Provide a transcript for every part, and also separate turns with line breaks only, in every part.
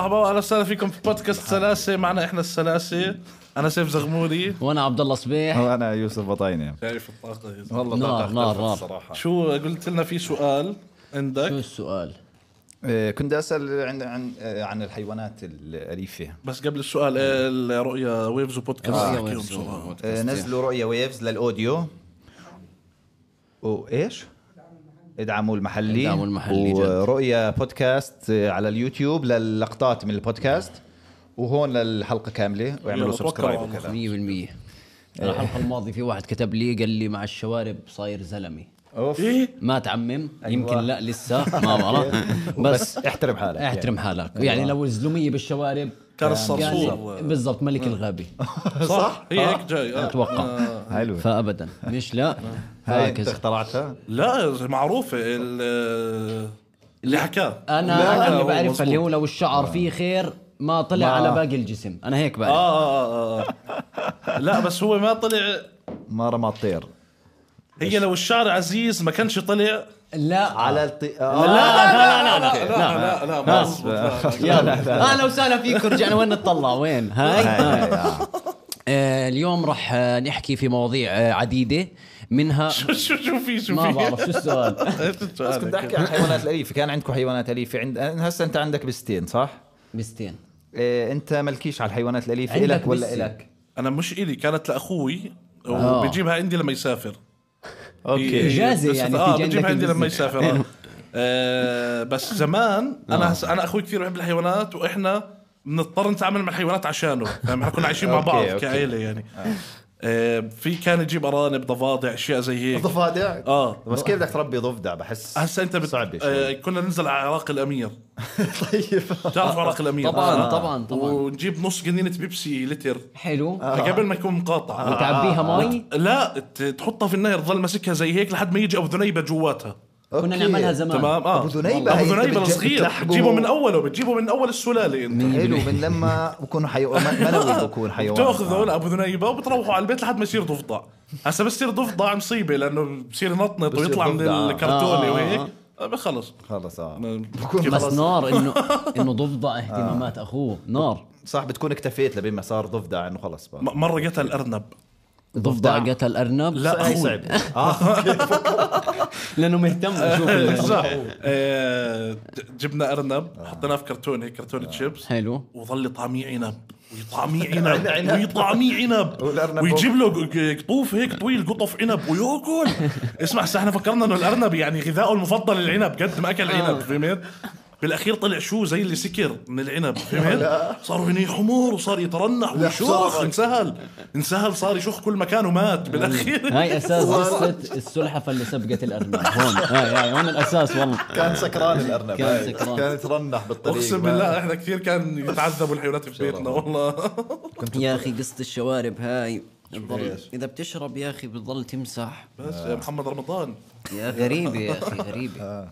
اهلا وسهلا فيكم في بودكاست سلاسه معنا احنا السلاسه انا سيف زغموري
وانا عبد الله صبيح
وانا يوسف بطاينه
شايف الطاقه يا زلمة.
والله
نار،
طاقة
نار،
اختلفت
نار.
الصراحه
شو قلت لنا في سؤال
شو
عندك
السؤال؟
آه، كنت اسال عن عن آه، عن الحيوانات الاليفه
بس قبل السؤال إيه الرؤيا ويفز وبودكاست
الرؤيا
احكيهم
ويفز
شو.
وبودكاست.
آه، نزلوا رؤية ويفز للاوديو وايش؟ ادعموا المحلي
ادعموا المحلي جد.
ورؤية بودكاست آه، على اليوتيوب للقطات من البودكاست وهون للحلقة كاملة واعملوا
يلا، توكلوا
سبسكرايب
على الله.
وكذا
100%
إيه.
أنا الحلقه الماضيه في واحد كتب لي قال لي مع الشوارب صاير زلمي
اوف
ايه
ما تعمم يمكن لا لسه ما بعرف
بس
بس
احترم حالك
احترم حالك يعني لو الزلميه بالشوارب
أيوة. كان
قال لي
الصرصور
بالضبط ملك الغابه
صح هي هيك جاي آه.
اتوقع
يعني. حلو
فابدا مش لا
هاي انت
هكذا
اخترعتها
لا معروفه ال- اللي حكاه
انا اللي
هو
بعرفها
مظبوط.
اللي هو لو الشعر فيه خير ما طلع
ما-
على باقي الجسم انا هيك
آه,
بعرف
آه, آه, اه لا بس هو ما طلع
ما رمى الطير
هي لو الشعر عزيز ما كانش طلع
لا
على آه. الطير
آه. لا لا لا لا
لا
لا
لا لا, ما مزبوط، لا, لا.
يلا آه، اهلا وسهلا فيكم رجعنا وين نطلع وين هاي, هاي. آه اليوم راح آه، نحكي في مواضيع آه، عديده منها
شو شو شو في شو
ما
في
بعرف شو السؤال
إيش السؤال؟
بس كنت احكي عن الحيوانات الاليفه كان عندكم حيوانات اليفه عند هسه انت عندك بستين صح؟
مستين
إيه انت ملكيش على الحيوانات الاليفه
عندك
الك ولا
بستين.
الك؟
انا مش الي كانت لاخوي
آه.
وبيجيبها عندي لما يسافر
اوكي
إجازة
بس-
يعني
اه
تيجي
بجيبها
عندك
عندي لما
البزنس.
يسافر آه. آه بس زمان
آه.
انا هس... انا اخوي كثير بحب الحيوانات واحنا بنضطر نتعامل مع الحيوانات عشانه فاهم احنا كنا عايشين مع
أوكي،
بعض
أوكي.
كعيله يعني آه في كان يجيب ارانب ضفادع اشياء زي هيك
ضفادع
آه.
يعني؟ بس كيف بدك تربي ضفدع بحس
هسا انت بت...
صعبة
آه
شوي
كنا ننزل على عراق الامير
طيب
بتعرف عراق الامير
طبعا طبعا طبعا
ونجيب نص جنينه بيبسي لتر
حلو
آه.
قبل ما يكون مقاطع
وتعبيها مي
لا ت- تحطها في النار تظل ماسكها زي هيك لحد ما يجي ابو ذنيبه جواتها
أوكي.
كنا نعملها زمان
تمام اه
نعم. أبو ذنيبة
والله.
هي
ابو
أنت
ذنيبه
بتج-
الصغير
بتلحقه.
بتجيبه من اوله بتجيبه من اول السلاله انت
حلو من لما بكونوا حيوان
آه.
منوي بكون حيوان آه.
بتاخذه لابو ذنيبه وبتروحوا على البيت لحد ما يصير ضفدع هسا بس يصير ضفدع مصيبه لانه بصير نطنط
بصير
ويطلع من
ضفدع.
الكرتونه
آه.
وهيك آه، خلص
خلص اه
بكون
بس نار انه انه ضفدع اهتمامات اخوه نار
صح بتكون اكتفيت لبين ما صار ضفدع انه خلص بقى
مره قتل ارنب
ضفدع قتل ارنب
لا
هاي
أخوي.
صعبة اه
لانه مهتم يشوف ال-
صح آه، جبنا ارنب حطيناه في كرتون هيك
آه.
كرتونه شيبس
حلو
وظل يطعميه عنب ويطعميه عنب ويطعميه عنب
والأرنب
ويجيب له ق- قطوف هيك طويل قطف عنب وياكل اسمع هسه احنا فكرنا انه الارنب يعني غذائه المفضل العنب قد ما اكل عنب فهمت بالاخير طلع شو زي اللي سكر من العنب فهمت صار هنا حمر وصار يترنح ويشخ
بصراحة.
انسهل انسهل صار يشخ كل مكان ومات بالاخير
هاي اساس قصه السلحفه اللي سبقت الارنب هون هاي هاي هون الاساس والله
كان سكران الارنب
كان
هاي.
سكران.
كان يترنح بالطريق
اقسم
ما-
بالله احنا كثير كان يتعذبوا الحيوانات في بيتنا والله
يا اخي قصه الشوارب هاي بتضل اذا بتشرب يا اخي بتضل تمسح
بس محمد رمضان
يا غريبه يا اخي
آه.
غريبه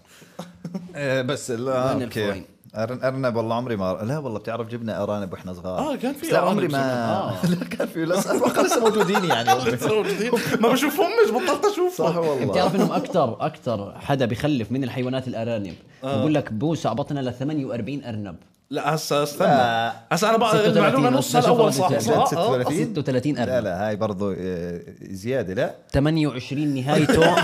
إيه، بس لا
وين
اوكي
الفوين؟
أرن- ارنب والله عمري ما لا والله بتعرف جبنا ارانب واحنا صغار
آه، كان في
بس لا
أرانب
عمري ما
زمان.
لا كان في لا اتوقع لسه موجودين يعني
ما بشوفهمش بطلت اشوفهم
صح والله
بتعرف انهم اكثر اكثر حدا بخلف من الحيوانات الارانب
آه.
بقول لك بوسع بطنا ل 48 ارنب
لا هسا استنى
لا.
هسا انا بقى
36
المعلومه نصها
بس شوف
الاول صح
الرجال.
صح
ست
آه.
ولا- 30?
36
لا
ارنب
لا هاي برضو آه، زياده لا
28 نهايته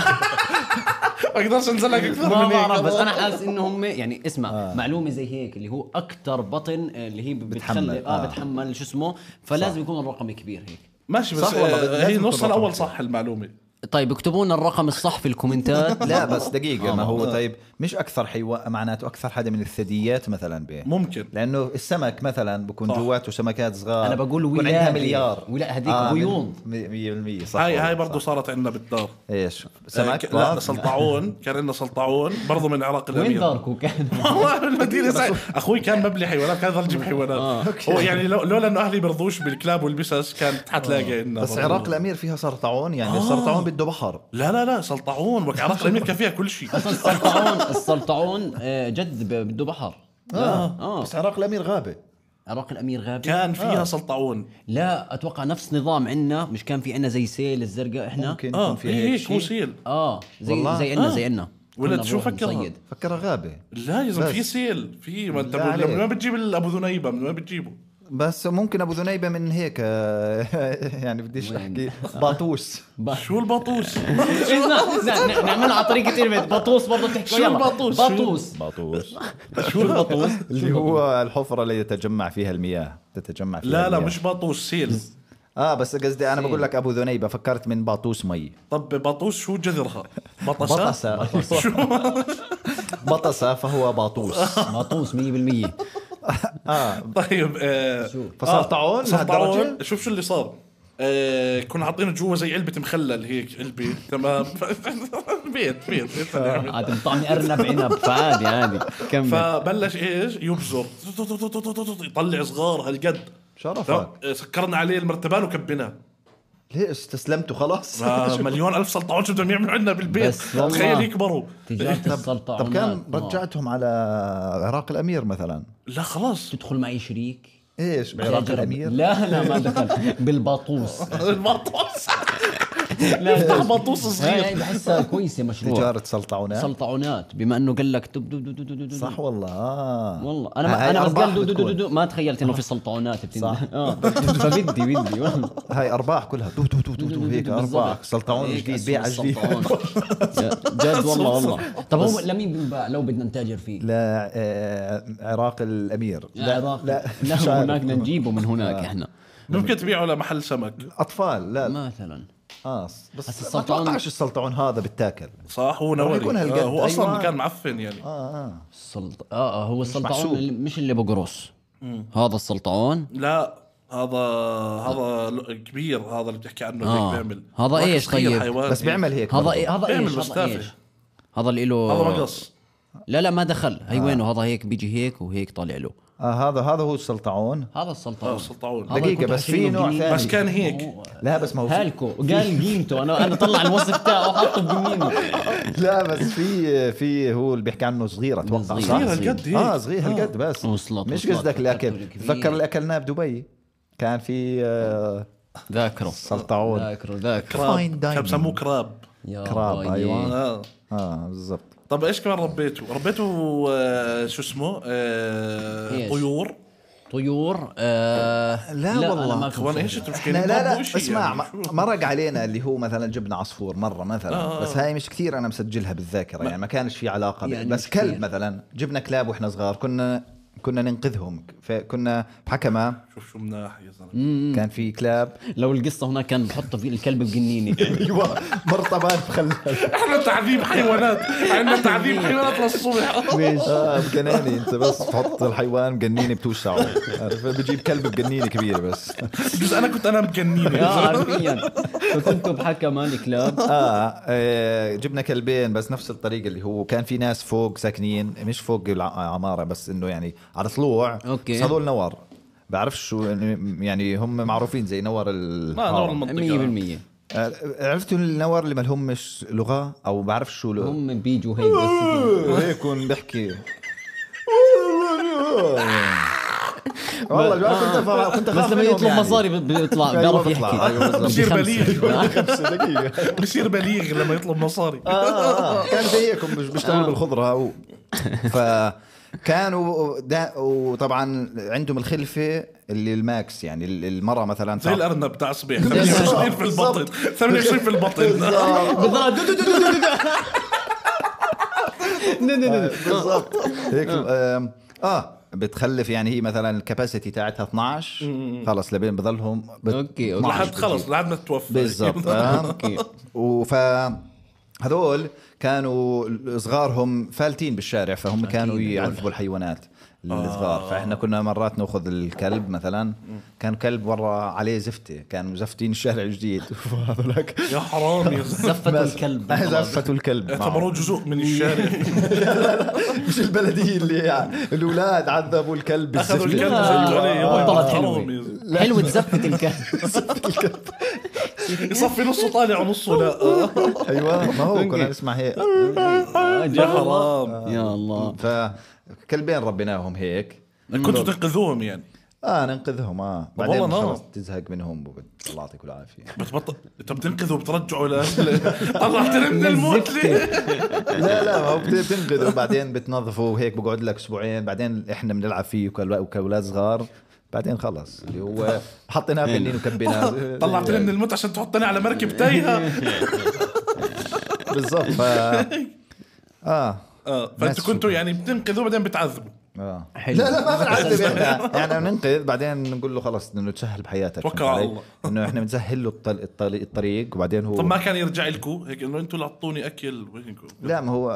اقدرش انزل أه؟ لك اكثر
ما
من
بعرف بس
هيك
انا حاسس انه هم يعني اسمع آه. معلومه زي هيك اللي هو اكثر بطن آه، اللي هي بتحمل
بتحمل،
اه
آه.
بتحمل شو اسمه فلازم يكون الرقم كبير هيك
ماشي بس
صح والله،
آه،
لازم
هي
يكون
نصها
رقم
الاول
كبير.
صح المعلومه
طيب اكتبوا لنا الرقم الصح في الكومنتات
لا بس دقيقه
آه،
ما هو طيب مش اكثر حيوان معناته اكثر حدا من الثدييات مثلا به
ممكن
لانه السمك مثلا بكون
صح.
جواته سمكات صغار
أنا بقول
بكون عندها
ولاده.
مليار
ولا- هذيك
من-
بيوض.
مية- 100% صح
هاي هاي
والله،
برضه
صح.
صارت عندنا بالدار
ايش
سمك
سمك
لا سلطعون كان عندنا سلطعون برضه من عراق
وين
الامير
داركو كان
والله المدينه سعيد اخوي كان مبلي حيوانات كان يضل يجيب
آه،
حيوانات هو يعني لو- لولا انه اهلي برضوش بالكلاب والبسس كانت حتلاقي عندنا
آه. بس
برضو.
عراق الامير فيها سرطعون يعني
آه.
السرطعون بده بحر
لا لا لا سلطعون وك عراق الامير كان فيها كل شيء
السلطعون السلطعون آه، جد ب- بده بحر
آه.
اه بس عراق الامير غابه
عراق الامير غابه
كان فيها سلطعون
لا اتوقع نفس نظام عندنا مش كان في عندنا زي سيل الزرقاء احنا
ممكن
اه
يكون
في
فيها هيك
هيك
شيء
وسيل
اه زي
والله.
زي عندنا زي عندنا
آه. ولد
كنا
شو
بروح
فكرها
نصيد.
فكرها غابه
لا يا زلمه
بس.
في سيل في ما انت
بالله
من
عليك.
وين بتجيب ابو ذنيبه من وين بتجيبه
بس ممكن ابو ذنيبه من هيك يعني بديش احكي باطوس
شو البطوس
نعم، نعملها على طريقه كلمه بطوس برضه بتحكي
شو
يلا.
البطوس؟ شو-
بطوس
باطوس
شو البطوس؟
اللي هو الحفره اللي يتجمع فيها المياه تتجمع فيها
لا لا
المياه.
مش إيه. بطوس سيل
اه بس قصدي انا
سيل.
بقول لك ابو ذنيبه فكرت من باطوس مي
طب بطوس شو جذرها بطسه
بطسه
شو
بطسه فهو باطوس
بطوس 100%
طيب آه
فصار
آه،
طاعون
صار
لهالدرجة؟
طاعون شوف شو اللي صار آه كنا حاطين جوا زي علبه مخلل هيك علبه تمام بيت بيت بيت
آه.
نعمل.
عاد طعمي ارنب عنب فعادي عادي كمل
فبلش ايش يبزر يطلع صغار هالقد
شرفك
آه، سكرنا عليه المرتبان وكبيناه
ليه استسلمت وخلاص
آه، مليون الف سلطعون شو بدهم يعملوا عندنا بالبيت
بس والله.
تخيل يكبروا
تجاره السلطه
طب كان
عمان.
رجعتهم على عراق الامير مثلا
لا خلاص
تدخل معي شريك
ايش بعراق
تجرب.
الامير
لا لا ما دخل بالباطوس
البطوس
لا
بطوس صغير
هاي بحسها كويسه مشروع
تجاره سلطعونات
سلطعونات بما انه قال لك دب دب دب دب دب دب
صح والله آه.
والله انا
هاي
ما انا
أرباح
قصدي دو دو دو
بتكون.
دو ما تخيلت انه في سلطعونات بتنزل
صح.
اه فبدي بدي والله
هاي ارباح كلها تو تو تو تو تو هيك ارباح
بالضبط.
سلطعون
هيك
جديد
اسم
بيع جديد
السلطعون. جد والله والله طب هو لمين بنباع لو بدنا نتاجر فيه؟
لا آه، عراق الامير
لا لا
مش عارف.
هناك بدنا نجيبه من هناك احنا
ممكن تبيعه لمحل سمك
اطفال لا
مثلا
اه
هسا
بس ما
السلطعون-
اتوقعش السلطعون هذا بتاكل
صح هو
راح يكون
نوري
هالقد.
آه، هو اصلا
أيوة.
كان معفن يعني
اه اه
السلط اه آه، هو
محسوب.
السلطعون اللي- مش اللي بقرص هذا السلطعون
لا هذا هذا ل- كبير هذا اللي بتحكي عنه
آه.
هيك بيعمل
هذا
راجل
إيش
صغير
طيب؟
حيوان
بس بيعمل هيك
هذا
برضه.
إيه هذا
بيعمل
ايش هذا
مستافة.
ايش هذا اللي له
هذا مقص
لا لا ما دخل هي وينه هذا هيك بيجي هيك وهيك طالع له
آه هذا هذا هو السلطعون
هذا
آه،
السلطعون
سلطعون
هذا
دقيقة،
كنت
بس في
عشرين
نوع
جنيه.
ثاني.
بس كان هيك
لا بس ما هو في-
هالكو قال قيمته انا انا طلع الوصف تاعه وحطه بجنينه
لا بس في في هو اللي بيحكي عنه صغير اتوقع
صغير.
صغير
صح؟
هالقد هيك
اه صغير هالقد بس
وصلت،
مش
وصلت.
قصدك الاكل
كبير.
تذكر اللي اكلناه بدبي كان في آه،
ذاكره
سلطعون
ذاكره ذاكره
Fine
كراب
dining.
آه، كان بسموه كراب
يا
كراب،
راجل.
أيوة.
اه
اه بالضبط
طب ايش كمان ربيته؟ ربيته آه، شو اسمه؟ آه،
إيش؟
طيور
طيور آه
لا والله.
أنا ما
كمان
كنت
ايش انتم مش
احنا
كاينين
لا لا
بربوا إشي
اسمع
يعني.
ما-
شو؟
مرق علينا اللي هو مثلا جبنا عصفور مره مثلا بس هاي مش كثير انا مسجلها بالذاكره يعني ما كانش في علاقه
يعني
يعني بس
مش كتير.
كلب مثلا جبنا كلاب واحنا صغار كنا كنا ننقذهم فكنا بحكمه
شوف شو مناح يا زلمه
كان في كلاب
لو القصه هناك كان بحطوا فيه الكلب بجنينه
ايوه مرطبان مخلل
احنا تعذيب حيوانات عندنا تعذيب حيوانات للصبح
اه بجناني انت بس تحط الحيوان بجنينه بتوسعه عارف بجيب كلب بجنينه كبيره بس
بس انا كنت انا مجنين
يا حرفيا فكنتوا بحكى مال كلاب
آه, اه جبنا كلبين بس نفس الطريقه اللي هو كان في ناس فوق ساكنين مش فوق العماره بس انه يعني على طلوع
أوكي.
بس هذول نور بعرفش شو يعني هم معروفين زي نور ال
ما دور
آه.
100%
المنطقه
آه، عرفتوا النور اللي ما لهمش لغه او بعرفش شو له-
هم بيجوا هيك بس
هيك بحكي والله جوا كنت أفا- كنت
آه.
يعني.
بس لما يطلب مصاري ب- يعني. بيطلع آه. بيعرف
بيطلع، أيوة
يحكي
بالضبط.
بدي
بصير
خمسة.
بليغ
خمسة دقيقة
بصير بليغ لما يطلب مصاري
آه،
آه. كان زيكم مش بيشتغلوا بالخضرة و... فكانوا دا... وطبعا عندهم الخلفة اللي الماكس يعني ال- المرة مثلا
زي الارنب تاع صبيح 28 في البطن 28 في البطن
بالضبط دو- دو- دو- دو- دو- دو. نو- نو- نو- نو.
بالضبط هيك
آه.
آم، اه بتخلف يعني هي مثلا الكباسيتي تاعتها 12 خلص لبين بضلهم بت...
اوكي اوكي
لحد خلص لحد ما توفى
بالضبط آه.
اوكي
وف هذول كانوا صغارهم فالتين بالشارع فهم كانوا
هذول.
يعذبوا الحيوانات الصغار فاحنا كنا مرات ناخذ الكلب مثلا كان كلب ورا عليه زفته كانوا مزفتين الشارع الجديد وهذولك
يا حرام يا زلمه
زفتوا الكلب
زفتوا الكلب
اعتبروه
معهم.
جزء من الشارع
مش البلديه اللي يعني الاولاد عذبوا الكلب
اخذوا
بالزفته
الكلب
آه،
زفتوا عليه
آه،
يا
طلعت
حرام
حلوة.
يا زلمة.
حلوة زفة الكلب
يصفي نصه طالع ونصه لا آه.
ايوه ما هو كنا نسمع هيك
يا حرام
يا الله
فكلبين ربيناهم هيك
كنتوا تنقذوهم يعني
اه ننقذهم اه بعدين
والله
خلاص
نعم.
تزهق منهم وبد- الله يعطيك العافيه
بتبطل انت بتنقذه وبترجعه ل طلعتني من الموت ليه؟
لا لا ما هو بت- بتنقذه وبعدين بتنظفه وهيك بقعد لك اسبوعين بعدين احنا بنلعب فيه وكل- وكاولاد صغار بعدين خلص اللي هو حطيناه بنين وكبيناه
طلعتني من الموت عشان تحطني على مركب تايهه
بالضبط ف... اه
آه،
اه
ناس
فانتوا كنتوا يعني بتنقذوا بعدين بتعذبوا
اه
حلو.
لا لا ما بنعذب احنا يعني بننقذ بعدين بنقول له خلص انه تسهل بحياتك
توكل
فهمت
على
علي؟
الله.
انه احنا بنسهل له الطل... الطل... الطريق وبعدين هو
طب ما كان يرجع لكم هيك انه انتوا اللي اعطوني اكل وينكم
إيه.
لا ما هو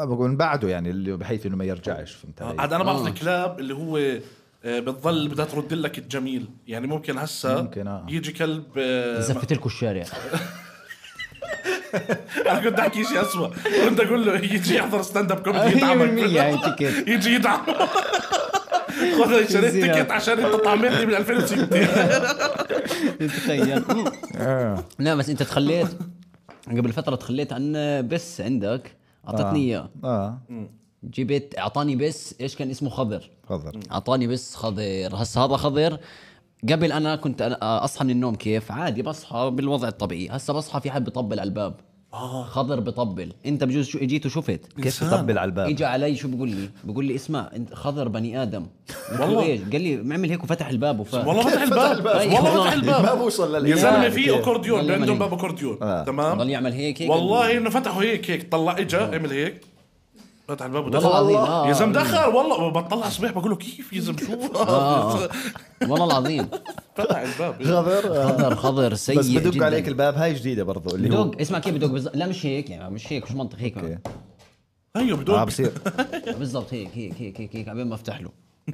آه، بقول بعده يعني اللي بحيث انه ما يرجعش فهمت علي؟
آه، عاد انا
آه.
بعرف الكلاب اللي هو آه، بتضل بدها ترد لك الجميل يعني ممكن هسا
ممكن، آه.
يجي كلب آه،
زفت لكم الشارع
انا كنت احكي شيء اسوء كنت اقول له يجي يحضر ستاند اب كوميدي
100%
يدعمك
آه، هاي تيكت
يجي يدعمك خذ شريت
زينة.
تيكت عشان انت طعمتني من 2006
تخيل
آه.
لا بس انت تخليت قبل فتره تخليت عن بس عندك اعطتني اياه
اه
جبت اعطاني بس ايش كان اسمه خضر
تفضل
اعطاني بس خضر هسا هذا خضر قبل انا كنت أنا- اصحى من النوم كيف عادي بصحى بالوضع الطبيعي هسا بصحى في حد بطبل على الباب خضر بطبل انت بجوز شو اجيت وشفت
كيف تطبل على الباب؟
اجى علي شو بيقول لي بيقول لي اسمع انت خضر بني ادم قلت له
والله.
ايش قال لي اعمل هيك وفتح الباب وفات
والله فتح الباب والله فتح
ما
الباب
بوصل للإيمان.
يا زلمه في
كيف؟
اكورديون
والله
عندهم
مليان.
باب اكورديون
آه.
ضل
تمام
يعمل هيك هيك
والله انه فتحوا هيك هيك طلع اجى عمل هيك فتح الباب ودخل
والله العظيم، آه.
يا زلمه دخل والله بطلع صبيح بقول له كيف يا زلمه شو
آه. والله العظيم
فتح الباب
خضر آه.
خضر خضر سيء
بس بدق
جداً.
عليك الباب هاي جديده برضو اللي هو
بدق اسمع كيف بدق بالز- لا مش هيك يعني مش هيك مش منطق
أوكي.
هيك
ايوه
اه
آه،
بدون
بصير
بالضبط هيك هيك هيك هيك هيك عبين ما افتح له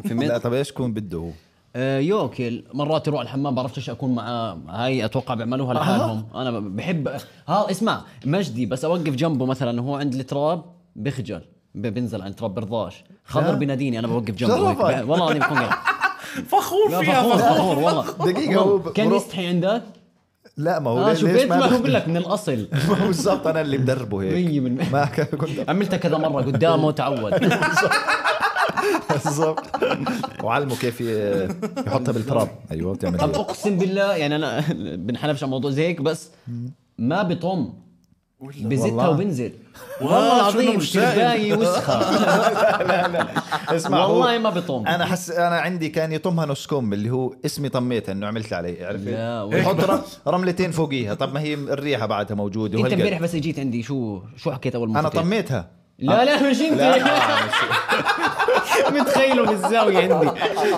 لا
فهمت؟
طب ايش يكون بده هو؟
آه، يوكل مرات يروح الحمام بعرفش ايش اكون معاه هاي اتوقع بيعملوها لحالهم انا ب- بحب ها اسمع مجدي بس اوقف جنبه مثلا وهو عند التراب بخجل ب- بنزل عند التراب برضاش خضر بناديني انا بوقف جنبه هيك.
شرفك.
ب- والله العظيم بكون قاعد.
فخور
لا
فيها
فخور
فخور
فخور والله
دقيقة، هو ب-
كان
برو-
يستحي عندك؟
لا ما هو
اه
ليه- ليش
شفت ما
ما
هو بقول لك من الاصل
ما هو بالضبط انا اللي بدربه هيك
100%
ما كان- كنت
عملتها كذا مره قدامه تعود
بالضبط وعلمه كيف ي- يحطها بالتراب ايوه بتعمل
طب
هيك.
اقسم بالله يعني انا بنحلفش على موضوع زي هيك بس ما بطم بزتها
والله.
وبنزل
والله
والله
شو إنه
العظيم
مش سائل.
شرباية وسخة
اسمع هو-
والله ما بطم
انا حس انا عندي كان يطمها نسكم اللي هو اسمي طميتها انه عملت علي عرفت
لا، والله.
يحط رم- رملتين فوقيها طب ما هي الريحه بعدها موجوده
انت
وهالقد.
امبارح بس اجيت عندي شو شو حكيت اول ما
انا
فتيت؟
طميتها
لا لا مش
لا،
انت
لا،
متخيله بالزاوية عندي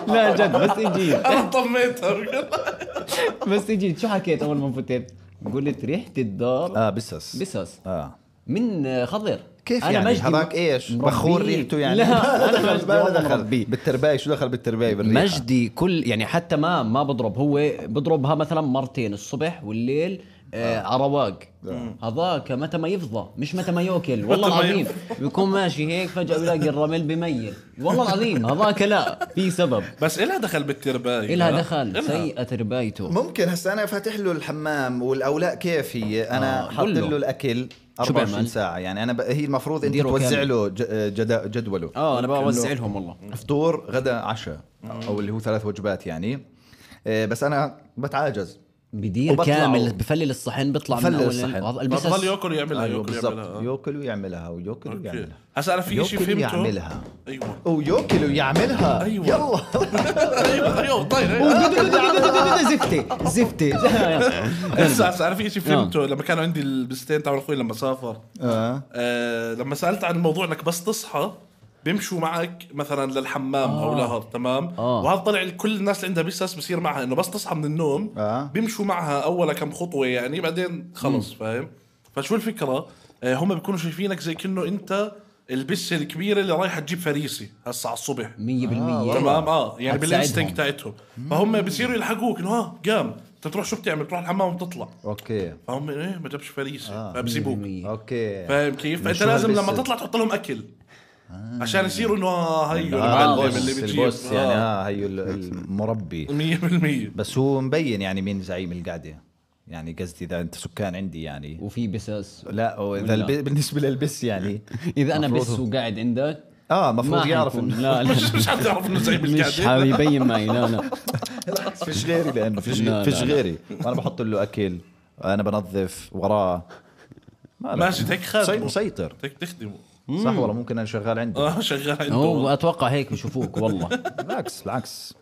لا جد بس اجيت
انا طميتها
بس اجيت شو حكيت اول ما فتت قلت ريحة الدار
اه بسس
بسس
اه
من خضر
كيف يعني
مجدي
هذاك ايش
مربيه.
بخور ريحته يعني
لا انا مجدي
ما
والله
دخل
مربيه
بالترباية شو دخل بالترباية بالريحة
مجدي كل يعني حتى ما ما بضرب هو بضربها مثلا مرتين الصبح والليل آه عرواق هذاك متى ما يفضى مش متى ما ياكل والله
آه. متى ما
العظيم بيكون ماشي هيك فجاه بلاقي الرمل بميل والله العظيم هذاك لا في سبب
بس الها دخل بالترباية
إلها
إيه، لا؟
دخل
إلها.
سيئة ربايته
ممكن هسا انا فاتح له الحمام والاولاء كيف هي انا
آه،
حط
قل له.
له الاكل
شو
24
بعمل؟
ساعة يعني انا ب... هي المفروض انت
ديره
توزع
كامل.
له ج... آه، جد... جدوله
اه انا بوزع
إنه
لهم والله
فطور غدا عشاء او اللي هو ثلاث وجبات يعني آه، بس انا بتعاجز
بدير
وبطلع
كامل
و-
بفلل الصحن بيطلع من
بفلل
اول
الصحن.
هذا
بضل
البسس أيوه،
ياكل يعملها
آه،
أيوة،
ياكل
بالضبط
يعملها
ياكل ويعملها وياكل ويعملها
هسا انا في شيء
ياكل
فهمته
يعملها.
ايوه
وياكل ويعملها
أيوة.
يلا
ايوه ايوه طيب أيوة.
زفتة زفتة
هسا هسا انا في شيء فهمته لما كانوا عندي البستين تبع اخوي لما سافر
آه.
آه لما سالت عن الموضوع انك بس تصحى بيمشوا معك مثلا للحمام او لهر تمام
آه.
وهذا طلع كل الناس اللي عندها بسس بصير معها انه بس تصحى من النوم
آه.
بيمشوا معها اول كم خطوه يعني بعدين خلص فاهم فشو الفكره آه هم بيكونوا شايفينك زي كأنه انت البسه الكبيره اللي رايحه تجيب فريسه هسا على الصبح
100%
تمام اه يعني
هتساعدهم.
بالانستنكت تاعتهم فهم بصيروا يلحقوك انه ها قام انت بتروح شو بتعمل بتروح الحمام وبتطلع
اوكي
فهم ايه ما جابش فريسه
آه،
فبسيبوك
اوكي
فاهم كيف؟ فانت
شو
لازم لما
هالبسة؟
تطلع تحط لهم اكل عشان يصيروا انه آه، هيو
آه
المعلم
البوس
اللي بتجيب آه.
البوس يعني
آه.
اه هيو ال- المربي
100%
بس هو مبين يعني مين زعيم القعده يعني قصدي اذا انت سكان عندي يعني
وفي بسس
لا واذا الب... بالنسبه للبس يعني
اذا انا بس
مفروض هو-
وقاعد عندك
اه المفروض يعرف
حيكون.
انه
لا لا
مش مش حتعرف انه زي
مش
بالكعدة
حيبين معي لا لا
فيش غيري لانه فيش
لا، لا،
فيش
لا.
غيري انا بحط له اكل انا بنظف وراه ما له.
ماشي هيك
سي-
خادمه
مسيطر
هيك تخدمه
صح والله ممكن انا شغال عندي
اه شغال عنده
هو
والله.
اتوقع هيك بشوفوك والله
بالعكس بالعكس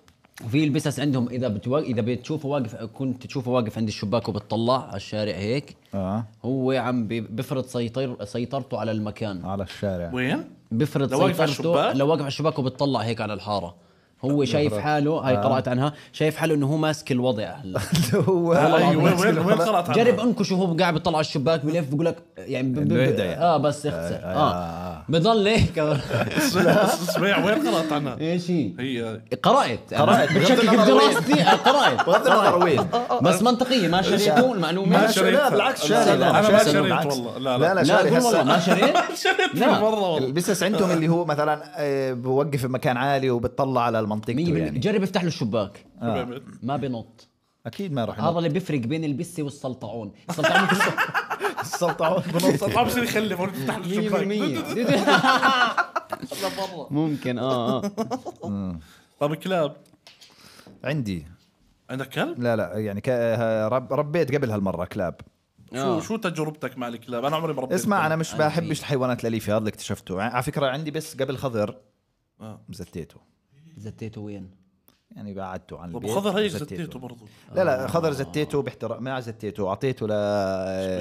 وفي البسس عندهم اذا بتوا... اذا بتشوفه واقف كنت تشوفه واقف عند الشباك وبتطلع على الشارع هيك
آه.
اه
هو عم بي- بفرض سيطر سيطرته على المكان
على الشارع
وين؟
بفرض
لو واقف على
سيطرته
الشباك؟
لو واقف على الشباك وبتطلع هيك على الحاره هو شايف حاله
آه.
هاي قرات عنها شايف حاله انه هو ماسك الوضع هلا
هو
أيوة، وين وين وين قرأت عنها؟
جرب انكش وهو قاعد بيطلع على الشباك بلف بقول لك يعني ب... ب...
بهدى يعني.
اه بس اخسر اه بضل هيك
اسمع وين قرأت عنها؟
ايش هي؟
هي
قرأت
قرأت، بغض
بشكل
النظر وين.
بدراستي آه، قرأت
بغض النظر وين
إيه، بس منطقية ما شريته المعلومة
ما
لا،
شريت.
لا بالعكس شاري
لا،
أنا ما
شاري
شريت
بالعكس.
والله. لا، لا.
لا لا
لا
شاري
أقول والله
هسه
ما شريت
شريت
لا.
مرة والله
البسس عندهم اللي هو مثلا آه، بوقف بمكان عالي وبتطلع على المنطقه
100%
يعني
جرب افتح له الشباك
شباب.
ما بنط
اكيد ما راح
آه.
هذا اللي بيفرق بين البسي والسلطعون السلطعون ممكن
السلطعون بنص
ما بصير يخلف هون تفتح له الشباك
100% ممكن اه اه
طب كلاب
عندي
عندك كلب؟
لا لا يعني ك... ها- رب... ربيت قبل هالمره كلاب
شو شو تجربتك مع الكلاب؟ انا عمري ما ربيت
اسمع
كلب.
انا مش بحبش الحيوانات الاليفه هذا اللي اكتشفته ع- على فكره عندي بس قبل خضر
آه.
زتيته
زتيته وين؟
يعني بعدته عن
طب
البيت
خضر هيك
وزتيته.
زتيته برضه آه.
لا لا خضر زتيته باحترام ما زتيته اعطيته ل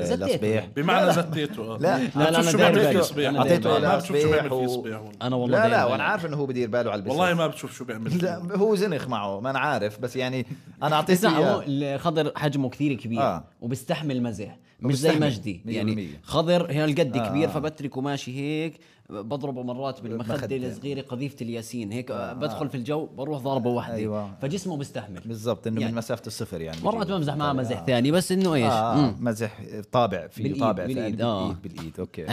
زتيته
لصبيح
يعني.
بمعنى زتيته آه.
لا.
ما
لا،
لا،
بتشوف
أنا
شو
داير
بيعمل
بالي.
فيه صبيح
أنا
أعطيته
والله. ما
لا،
بتشوف شو بيعمل فيه
صبيح و-
صبيح والله
انا والله
لا
داير
لا
بالي.
وانا عارف انه هو بدير باله على البسس
والله ما بتشوف شو بيعمل
لا
فيه
هو زنخ معه ما انا عارف بس يعني انا اعطيته
اسمع هو
اياه
الخضر حجمه كثير كبير
آه.
وبيستحمل مزح مش زي
وبيستحمل،
مجدي
مية
يعني
بالمية.
خضر هالقد آه. كبير فبتركه ماشي هيك بضربه مرات بالمخده
بالمخدة.
الصغيره قذيفه الياسين هيك آه. بدخل في الجو بروح ضاربه وحده أيوة.
أيوة.
فجسمه بيستحمل
بالضبط انه
يعني.
من مسافه الصفر يعني
مرات
بجيبه.
بمزح معاه مزح ثاني بس انه ايش
آه،
آه.
آه مزح طابع في
بالإيد،
طابع
بالإيد،
بالإيد
آه.
بالإيد, بالايد اوكي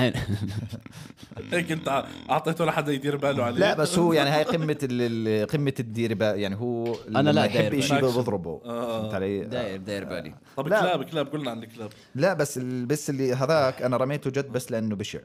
هيك انت اعطيته لحدا يدير باله عليه
لا بس هو يعني هاي قمه ال- ال- قمه الدير بقى يعني هو
أنا لا
لما
داير
يحب
بالي.
شيء بضربه
آه.
فهمت علي؟
داير داير بالي
طب
لا.
كلاب كلاب قلنا عن الكلاب
لا بس ال- بس اللي هذاك انا رميته جد بس لانه بشع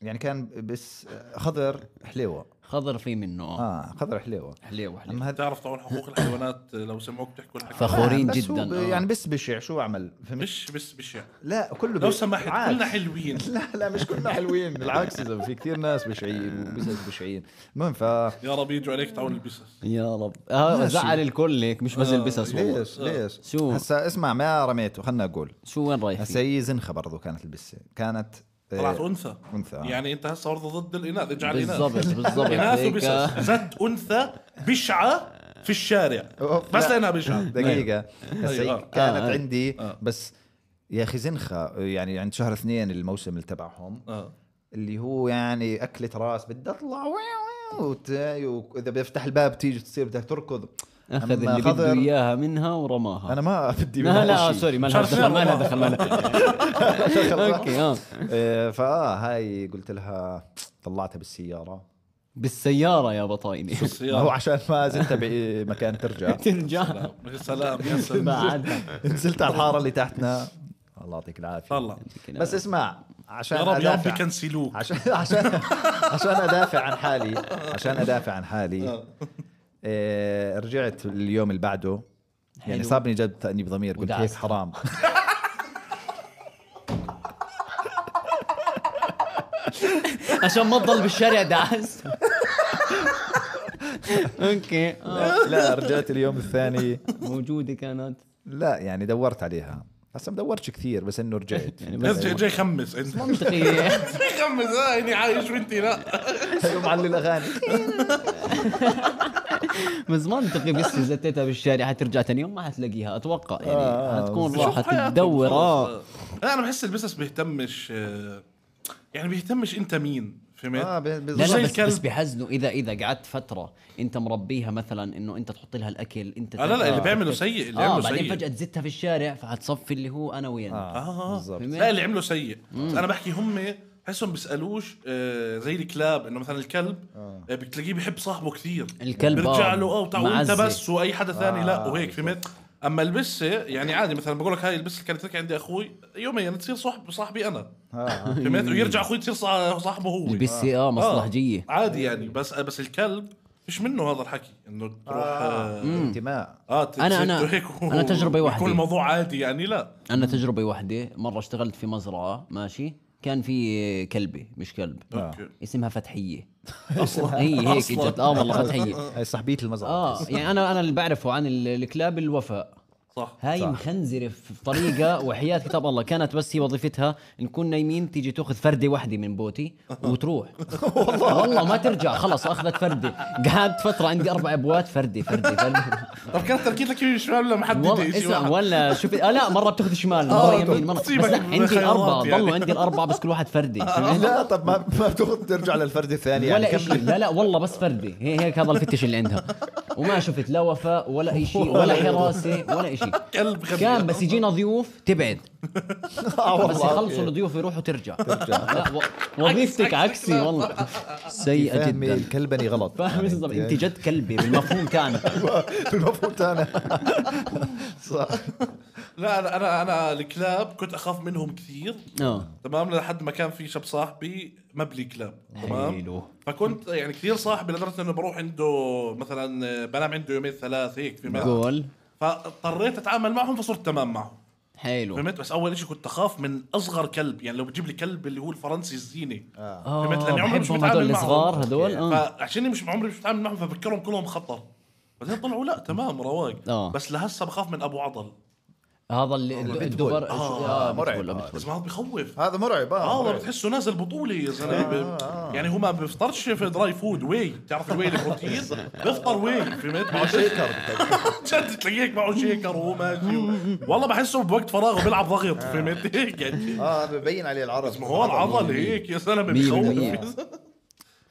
يعني كان بس خضر حليوه
خضر في منه آه.
اه خضر حليوه
حليوه حليوه
اما هذا
بتعرف طبعا حقوق الحيوانات لو سمعوك تحكوا الحكي
فخورين
بس هو
جدا
ب-
آه.
يعني بس بشع شو اعمل فهمت؟
مش بس بشع
لا كله
لو
بي-
سمحت
عادي.
كلنا حلوين
لا لا مش كلنا حلوين بالعكس يا زلمه في كثير ناس بشعين وبزنس بشعين المهم ف
يا رب يجوا عليك تعاون البسس
يا رب آه زعل الكل هيك مش بس البسس والله
آه. ليش ليش
شو؟
هسا اسمع ما رميته خلنا اقول
شو وين رايح
هسا
فيه؟
هي زنخه برضو كانت البسه كانت آه،
طلعت انثى
أنثى، آه.
يعني انت هسه برضه ضد الاناث اجعل اناث
بالضبط بالضبط
اناث
هيك، آه.
وبسس زت انثى بشعه في الشارع
أوف،
بس
لا.
لانها بشعه
دقيقه هسا
أيوة.
هي
آه.
كانت
آه.
عندي بس يا اخي زنخه يعني عند شهر اثنين الموسم اللي تبعهم
آه.
اللي هو يعني اكله راس بدي اطلع ويو- ويو، وت- واذا بفتح الباب تيجي تصير بدك تركض
اخذ
أما
اللي
خضر،
بده اياها منها ورماها
انا ما بدي
لا
منها
لا
شيء.
سوري ما لها
مش عارف
دخل ما لها
شو
دخل ما لها دخل. اوكي اه
آه، فاه هاي قلت لها طلعتها بالسياره
بالسياره يا بطايني
ما هو
السيارة
عشان ما زلت بمكان ترجع
ترجع
يا سلام يا سلام
بعد
نزلت على الحاره اللي تحتنا الله يعطيك العافيه
طلع
بس اسمع عشان
يا رب يا رب
أدافع-
يكنسلوك
عشان عشان عشان ادافع عن حالي عشان ادافع عن حالي آه، رجعت اليوم اللي بعده يعني
حلو.
صابني جد تأنيب ضمير قلت
ودعست.
هيك حرام
عشان ما تضل بالشارع دعس اوكي آه.
لا رجعت اليوم الثاني
موجوده كانت
لا يعني دورت عليها هسا ما دورتش كثير بس انه رجعت
يعني
بس جاي جاي خمس انت
منطقيه
جاي خمس آه، اني عايش وانت لا
حلو معلي الاغاني
بس منطقي بس إذا زتيتها بالشارع حترجع ثاني يوم ما حتلاقيها اتوقع يعني
آه،
حتكون
شوف
راحت
حياتهم
تدور
خلاص.
اه
لا انا بحس البسس بيهتمش آه، يعني بيهتمش انت مين فهمت؟
اه ب-
لا
زي
لا
بالضبط
بس, بس
الكلب.
بحزنوا اذا اذا قعدت فتره انت مربيها مثلا انه انت تحط لها الاكل انت
آه لا لا اللي
تاكل.
بيعمله سيء اللي
اه
بيعمله
بعدين
سيء
فجاه تزتها في الشارع فحتصفي اللي هو انا وينك آه.
اه
بالضبط.
فهمت؟
لا اللي عمله سيء بس انا بحكي هم بحسهم بيسالوش آه، زي الكلاب انه مثلا الكلب آه، بتلاقيه بيحب صاحبه كثير
الكلب،
بيرجع
آه،
له اه وتعا- وانت
معزة.
آه.
بس واي حدا ثاني لا وهيك فهمت اما البسه يعني عادي مثلا بقول لك هاي البسه اللي كانت هيك عندي اخوي يوميا تصير صاحب صاحبي انا
آه.
فهمت ويرجع اخوي تصير صاح- صاحبه هو
البس
آه.
اه مصلحجيه
عادي يعني بس بس الكلب فيش منه هذا الحكي انه تروح
آه.
اه,
انتماء
آه تت-
أنا- أنا-
هيك و-
أنا تجربة
يكون
واحدة.
الموضوع عادي يعني لا
انا تجربه واحده مره اشتغلت في مزرعه ماشي كان في كلبه مش كلب
آه.
أوكي.
اسمها فتحيه اصلا هي هيك اجت اه والله فتحيه
آه، هاي صاحبيه المزرعه
اه يعني انا انا اللي بعرفه عن ال- الكلاب الوفاء
صح
هاي
صح.
مخنزره في طريقه وحياه كتاب الله كانت بس هي وظيفتها نكون نايمين تيجي تاخذ فرده واحده من بوتي وتروح والله والله ما ترجع خلص اخذت فرده قعدت فتره عندي اربع ابوات فرده فرده فرده
طب طيب، كانت تركيتك يمين شمال لما حد
والله
يجي
اسمع
واحد.
ولا شوف آه لا مره بتاخذ شمال مره يمين مره بس
تصيبك
لا عندي
بالخيارات
الاربعه
يعني.
ضلوا عندي الاربعه بس كل واحد فرده فهمت؟
آه، لا طب ما ما بتاخذ ترجع للفرد الثاني يعني
ولا
كم
شيء لا لا والله بس فردي هي هيك هذا الفتش اللي عندها وما شفت لا وفاء ولا أي شيء ولا حراسه ولا شيء
كلب غبي
كان بس يجينا ضيوف تبعد
آه، والله.
بس يخلصوا الضيوف يروحوا ترجع لا و- وظيفتك عكسي والله سيئه
فهمي
جدا
الكلبني غلط
فاهم بالضبط انت
يعني
جد كلبي بالمفهوم كان
في المفروض انا صح
لا انا انا انا الكلاب كنت اخاف منهم كثير
اه
تمام لحد ما كان في شاب صاحبي مبلي كلاب
حلو.
تمام فكنت يعني كثير صاحبي لدرجه انه بروح عنده مثلا بنام عنده يومين ثلاث هيك في
جول
فاضطريت اتعامل معهم فصرت تمام معهم
حلو
فهمت بس اول شيء كنت اخاف من اصغر كلب يعني لو بتجيب لي كلب اللي هو الفرنسي الزينه
اه
فهمت؟ لأني عمري مش
بحبهم
متعامل
هذول
معهم.
الصغار هذول آه.
فعشان مش عمري مش بتعامل معهم فبفكرهم كلهم خطر بعدين طلعوا لا تمام رواق
آه.
بس لهسه بخاف من ابو عضل
هذا اللي الد-
البيتبول.
الدبر
آه،
آه
مرعب.
بيتبول،
آه.
بيتبول.
بس ما هذا بخوف
هذا آه، مرعب
اه
مرعب.
بتحسه نازل بطوله يا زلمه يعني هو ما بيفطرش في دراي فود واي بتعرف الواي البروتين بيفطر واي فهمت معه شيكر جد تلاقيك معه شيكر وهو ماشي والله بحسه بوقت فراغه بيلعب ضغط
آه.
فهمت هيك يعني
اه ببين عليه العرض
ما هو العضل هيك يا زلمه
مية بالمية.
بخوف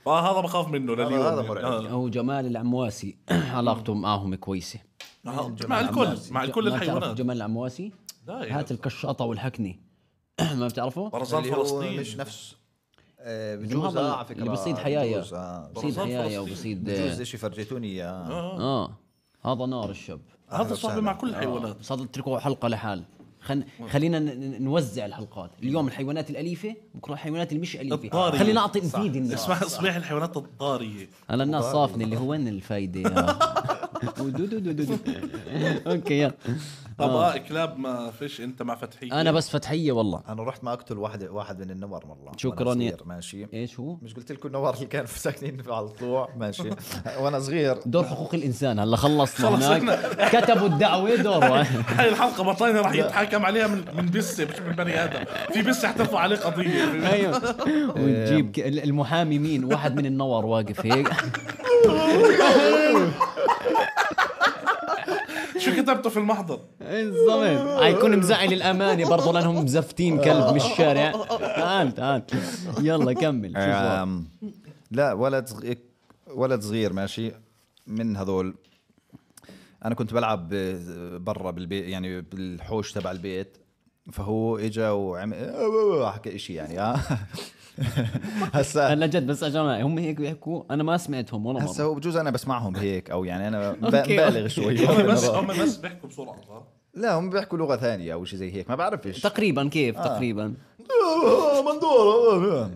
فهذا بخاف منه لليوم
هذا مرعب.
آه.
هو جمال العمواسي علاقته معهم كويسه
آه، مع الكل مع الكل
ما بتعرف
الحيوانات أيوة.
جمال العمواسي
لا يا
هات الكشاطه والحكني ما بتعرفه
برزان فلسطين
مش نفس آه،
هذا
بجوز
اللي-
آه، على فكره
اللي بصيد حيايا.
بجوز، آه.
بصيد
برزان
حيايا
فلسطين.
وبصيد
بجوز شيء فرجيتوني
آه.
اياه
اه هذا نار الشب
هذا صعب مع كل الحيوانات
صار اتركوا حلقه لحال خن... خلينا ن- ن- نوزع الحلقات اليوم الحيوانات الاليفه بكره الحيوانات اللي مش اليفه
الضارية.
خلينا نعطي نفيد الناس
اسمع صبيح الحيوانات الضاريه
هلا الناس صافنه اللي هو وين الفايده يا ودو دو دو دو دو. اوكي يلا
طب اه كلاب ما فيش انت مع فتحيه
انا بس فتحيه والله
انا رحت ما اقتل واحد واحد من النور مره وأنا
شكراً يا-
صغير، ماشي
ايش هو
مش قلت لكم النوار اللي كان ساكنين على الطلوع ماشي وانا صغير
دور حقوق الانسان هلا خلصنا
خلصنا.
هناك كتبوا الدعوه دور
هاي الحلقه بطلنا راح يتحاكم عليها من من بسه مش من بني ادم في بسه حترفع عليه قضيه
ايوه وتجيب ك- المحامي مين واحد من النور واقف هيك
شو كتبته في المحضر
بالضبط حيكون آه. مزعل الامانه برضه لانهم مزفتين كلب من الشارع تعال تعال يلا كمل شو صار؟
آم، لا ولد صغير ولد صغير ماشي من هذول انا كنت بلعب ب- برا بالبيت يعني بالحوش تبع البيت فهو اجى وعمل حكى شيء يعني اه هسا
هلا جد بس يا جماعه هم هيك بيحكوا انا ما سمعتهم ولا
هسا
مره
هو بجوز انا بسمعهم هيك او يعني انا ب-
أوكي.
بالغ شوي
هم بس هم بس بيحكوا بسرعه صح؟
لا هم بيحكوا لغه ثانيه او شيء زي هيك ما بعرف آه، ايش
تقريبا كيف
آه.
تقريبا
مندور آه،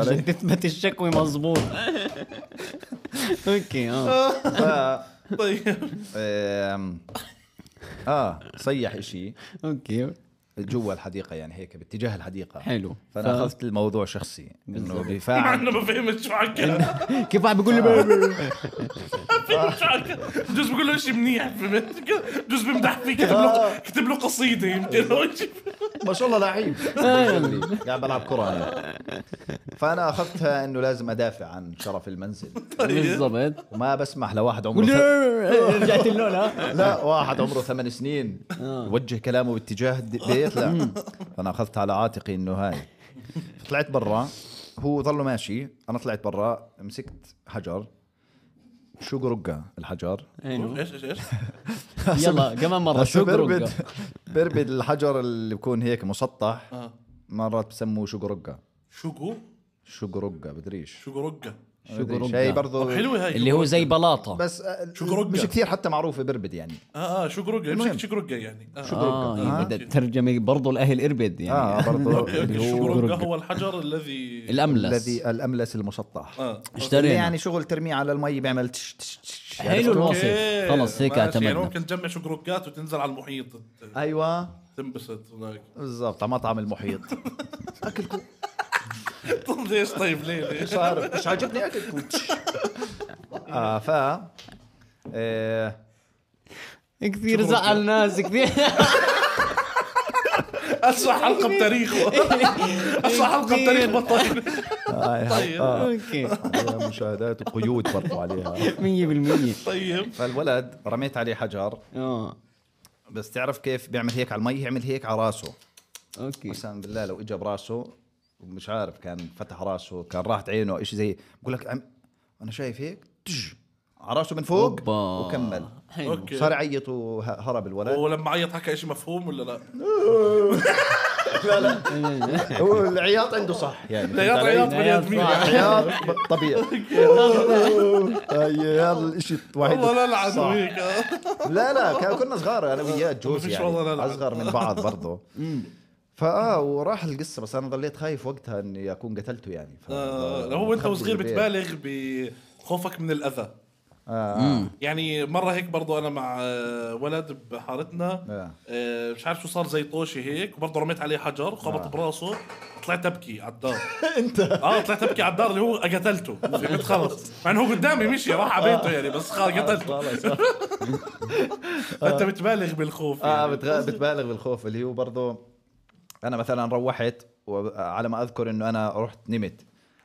علي؟
عشان تثبت الشكوى مظبوط اوكي اه
طيب
آم، اه صيح اشي
اوكي
جوا الحديقه يعني هيك باتجاه الحديقه
حلو.
فانا
ف-
اخذت الموضوع شخصي انه
مع
بفاعل
انه ما فهمت شو حكى ما
كيف عم بيقول لي بيبي
آه.
فهمت شو حكى بجوز بقول له شيء منيح فهمت بجوز بمدح فيه كتب له كتب له قصيده يمكن أو شيء.
ما شاء الله لعيب شغلي. قاعد بلعب كره انا فانا اخذتها انه لازم ادافع عن شرف المنزل
بالضبط
وما بسمح لواحد عمره
قول لي
ث-
بيبي. رجعت اللون ها
لا واحد عمره ثمان سنين
آه.
يوجه كلامه باتجاه البيت لا فانا اخذت على عاتقي انه هاي طلعت برا هو ظله ماشي انا طلعت برا مسكت حجر شو قرقه الحجر
ايش ايش ايش
يلا كمان مره
هسه
آه، شو
بربد
قرقة؟
بربد الحجر اللي بكون هيك مسطح
آه.
مرات بسموه شقرقة
شو جو
شقرقة بدريش
شو رقه
شو جروب
شيء
ده؟
طب
برضه
حلوه هاي
اللي هو زي بلاطه
بس آه،
شو جروجا؟
مش كثير حتى معروفه بربد يعني
اه اه شو جروجا
المهم.
مش شو جروجا يعني آه.
اه يعني
آه.
بدها ترجمه برضه الاهل اربد يعني
اه برضه
اوكي
اللي
شو
هو
جروجا هو الحجر الذي
الاملس
الذي الاملس المسطح
اه
اللي
اشترينا
يعني شغل ترميه على المي بيعمل تش تش تش
حلو
أوكي.
الوصف خلص يعني هيك
ماشي، يعني
اعتمدنا
ممكن تجمع شو جروجات وتنزل على المحيط
ايوه
تنبسط هناك
بالضبط على مطعم المحيط اكلكم
ليش طيب ليه ليش
مش عارف مش عاجبني اكلكم تش. اه ف آه،
كثير زعل ناس كثير
اسرع حلقه بتاريخه اسرع حلقه بتاريخ بطل طيب
اوكي 100%
عليها مشاهدات وقيود برضو عليها
طيب
فالولد رميت عليه حجر
اه
بس تعرف كيف بيعمل هيك على المي يعمل هيك على راسه
اوكي
قسما بالله لو اجى براسه مش عارف كان فتح راسه كان راحت عينه شيء زي بقول لك عم انا شايف هيك تج على راسه من فوق
أوبا.
وكمل
حلو.
أوكي.
صار يعيط وهرب الولد
ولما عيط حكى شيء مفهوم ولا لا؟
لا لا هو العياط عنده صح يعني
لا يا عياط بني ادمين
عياط صح.
عياط طبيعي هي هذا الشيء الوحيد
والله لا لعن
صح.
هيك آه.
لا لا كان- كنا صغار انا وياه جوز
فيش
يعني
والله لا لا.
اصغر من بعض برضه فاه وراح القصه بس انا ضليت خايف وقتها اني اكون قتلته يعني ف...
آه، هو انت
دخلت
وصغير
بالبيت.
بتبالغ بخوفك من الاذى
آه.
يعني مره هيك برضو انا مع آه، ولد بحارتنا
آه.
آه، مش عارف شو صار زي طوشي هيك وبرضه رميت عليه حجر خبط براسه طلعت ابكي على الدار انت اه طلعت ابكي على الدار اللي هو قتلته في بيت خلص مع انه هو قدامي مشي راح على بيته يعني بس خلص
آه.
قتلته
خلص
فانت بتبالغ بالخوف
اه
يعني.
بتغ... بتبالغ بالخوف اللي هو برضه انا مثلا روحت وعلى ما اذكر انه انا رحت نمت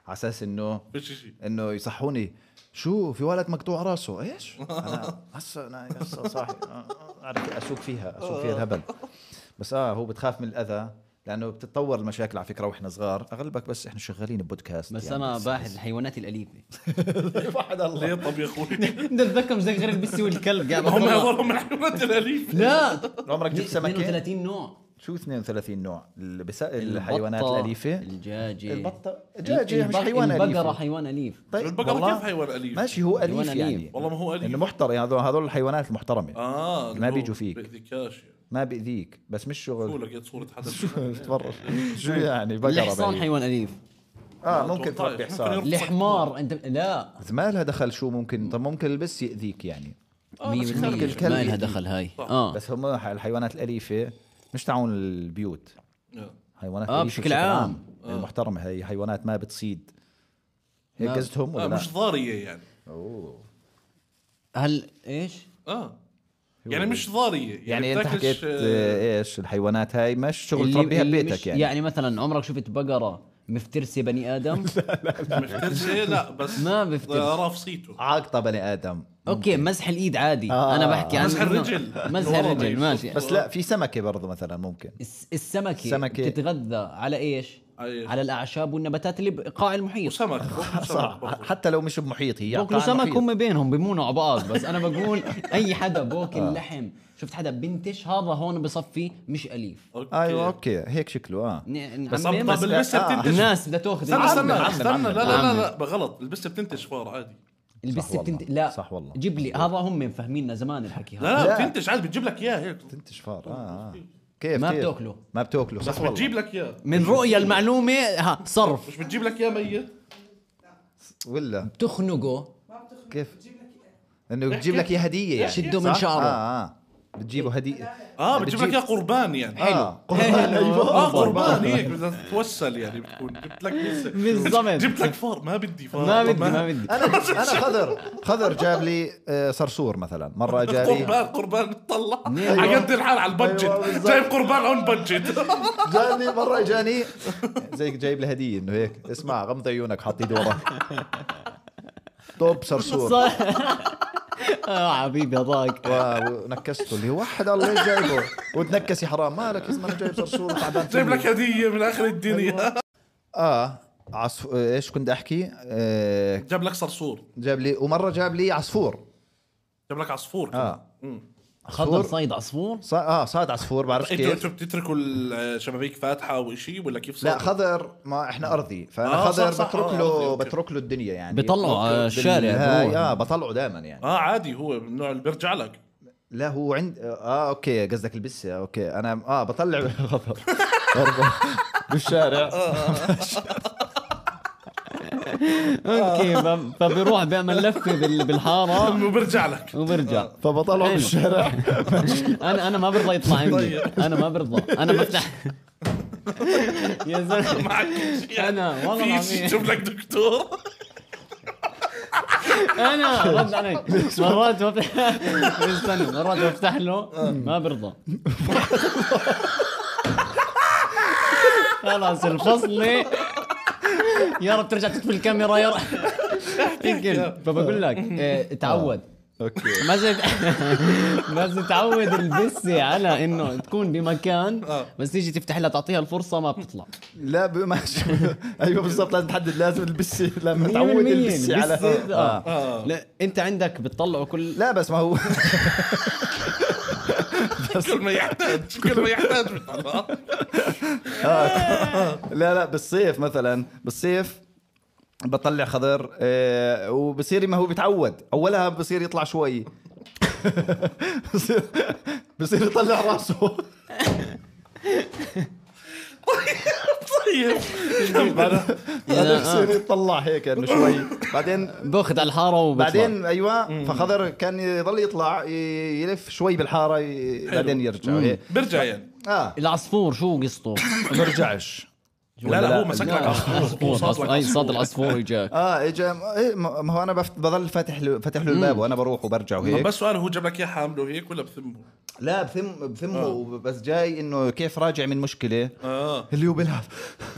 على اساس انه
فيش شيء
انه يصحوني شو في ولد مقطوع راسه ايش انا هسه انا هسه صاحي آه، عارف اشوك فيها اشوك فيها الهبل بس اه هو بتخاف من الاذى لانه بتتطور المشاكل على فكره واحنا صغار اغلبك بس احنا شغالين ببودكاست
بس
يعني.
انا باحث الحيوانات الاليفه
واحد الله نعم،
ليه طب يا اخوي
انت تتذكر زي غير البسي والكلب قاعد
هم
بطلع.
هذول من الحيوانات الاليفه
لا
عمرك جبت سمكه
32 نوع
شو 32 نوع البس... الحيوانات
البطة،
الاليفه
الدجاجه
البطة- الدجاجة مش
البق-
حيوان أليف.
البقره حيوان اليف
طيب
البقرة
والله
كيف حيوان أليف؟
ماشي هو
حيوان
اليف
أليف.
يعني
والله ما هو أليف.
انه محترم يعني هذول- هذول الحيوانات المحترمه
اه
ما بيجوا فيك.
بيأذيكاش يعني.
ما باذيك بس مش
شو
شغل
لقيت صوره حدا
تفرج شو يعني بقره
الحصان
بعيد.
حيوان اليف
اه
ممكن
ممكن تربي
يرفع-
حصان
طيب. ممكن
الحمار انت لا
إذا ما لها دخل شو ممكن طب ممكن البس ياذيك يعني
100%
آه،
الكلب
ما لها
يأذيك.
دخل هاي اه
بس هم الحيوانات الاليفه مش تعون البيوت
آه.
حيوانات
آه،
أليفة
بشكل
بشكل
عام. آه.
المحترمه هي حيوانات ما بتصيد هيك
ما- آه،
قصدهم ولا
اه
لا؟
مش ضاريه يعني
هل ايش؟
اه يعني مش ضاريه
يعني انت
بتاكلش،
حكيت
آه،
آه، ايش الحيوانات هاي مش شغل
اللي-
تربيها
اللي
ببيتك
مش-
يعني
يعني مثلا عمرك شفت بقره مفترسه بني ادم؟
مفترس إيه؟ لا بس آه،
ما بفترس.
راف صيته
عاقطه بني ادم
اوكي مزح الايد عادي
آه.
انا بحكي عن
مزح الرجل.
مزح
والله
الرجل
يشوف.
ماشي
بس لا في سمكه برضه مثلا ممكن
الس- السمكه
السمكة.
بتتغذى على ايش؟
أيش.
على الاعشاب والنباتات اللي بقاع المحيط
وسمك
آه،
باكلوا سمك
صح
برضه.
حتى لو مش بمحيط هي
بوكلوا
عقارة
سمك
محيط.
هم بينهم بيمونوا على بعض بس انا بقول اي حدا
آه.
بوكل لحم شفت حدا بنتش هذا هون بصفي مش اليف
أوكي.
ايوه اوكي هيك شكله اه
ن-
بس
نعمم؟
طب البسه
آه.
بتنتج
الناس بدها تاخذ
استنى استنى
عمي،
استنى لا
عمي،
لا
عمي.
لا لا بغلط البسه بتنتج فار عادي
البسه
والله.
بتنت... لا
صح والله.
جيب لي هذا هم مفهميننا زمان الحكي هذا
لا لا
لا.
بتنتج عادي بتجيب لك اياه هيك
انت شفار اه آه. كيف
ما
كيف؟
بتاكله.
ما بتاكله
بس
صح
بتجيب
والله
لك اياه
من رؤية المعلومة ها صرف
مش بتجيب لك اياه ميت
ولا
تخنقه
كيف انه بتجيب لك اياه هديه يعني
شده من
صح؟
شعره.
اه اه بتجيبه هديه
اه بتجيب لك اياه قربان يعني
اه
حلو.
قربان
اه
ايوه
قربان هيك بدها تتوسل يعني بتكون جبت لك بسة.
بالضبط.
جبت لك فار ما بدي فار
ما بدي ما بدي
انا انا خضر خضر جاب لي آه، صرصور مثلا مره جاب لي
قربان قربان بتطلع
أيوة.
على قد الحال على
أيوة،
البادجت
بالظبط.
جايب قربان اون بادجت
جاني مره جاني زي جايب لي هديه انه هيك اسمع غمض عيونك حط ايدي وراك طوب صرصور
صح اه حبيبي هذاك
ونكسته اللي هو واحد الله إيش جايبه وتنكس يا حرام مالك يا زلمه أنا جايب صرصور وتعبان
جايب
فيه.
لك هديه من اخر الدنيا
اه عصف... ايش كنت احكي آه...
جاب لك صرصور
جاب لي ومره جاب لي عصفور
جاب لك عصفور كمان.
اه
مم.
خضر صيد عصفور
ص... اه صاد عصفور بعرفش
انتوا
كيف
انتوا بتتركوا الشبابيك فاتحه او شيء ولا كيف صار؟
لا خضر ما احنا ارضي فانا
آه، صح،
خضر
صح،
بترك
آه، أوكي،
له
أوكي.
بترك له الدنيا يعني
بيطلعوا على آه، الشارع، بروح.
اه بطلعه دائما يعني
اه عادي هو من النوع اللي بيرجع لك
لا هو عند اه اوكي قصدك البسه اوكي انا اه بطلع خضر بالشارع
اوكي ف- فبيروح بيعمل لفه بال- بالحاره
وبرجع لك
وبرجع
فبطلعه
حلو.
بالشارع
انا انا ما برضى يطلع عندي
طيب.
انا ما برضى انا بفتح يا زلمه
معك
أنا، والله العظيم.
شوف لك دكتور
انا رد علي مرات بفتح استنى مرات بفتح
آه.
له ما برضى خلاص الفصلة يا رب ترجع تطفي الكاميرا يا رب يمكن فبقول لك آه، تعود
اوكي
بس بس تعود البسة على انه تكون بمكان
آه.
بس تيجي تفتح لها تعطيها الفرصة ما بتطلع
لا ب- ماشي ايوه بالضبط لازم تحدد لازم البسه لما
100%
تعود البسه على
البسة، آه.
آه.
لا انت عندك بتطلعوا كل
لا بس ما هو
كل ما يحتاج كل ما يحتاج بيطلع.
لا لا بالصيف مثلا بالصيف بطلع خضر آه، وبصير ما هو بيتعود اولها بصير يطلع شوي بصير بصير يطلع راسه
طيب
بعد- بعدين بصير يطلع هيك انه شوي بعدين
باخذ على الحارة وبطلع
بعدين ايوه فخضر كان يضل يطلع ي- يلف شوي بالحاره ي- بعدين يرجع هيك.
برجع يعني
اه
العصفور شو قصته؟
ما برجعش
لا لا هو مسك لك عصفور صاد
عصفور
لك
اي
عصفور.
صاد العصفور اجاك
اه اجى إيه، ما ما هو انا بفت- بضل فاتح له فاتح له الباب وانا بروح وبرجع وهيك
طب بس سؤال هو جاب لك اياه حامله هيك ولا بثمه؟
لا بثم بثمه آه. بس جاي انه كيف راجع من مشكله
اه
اللي هو بيلعب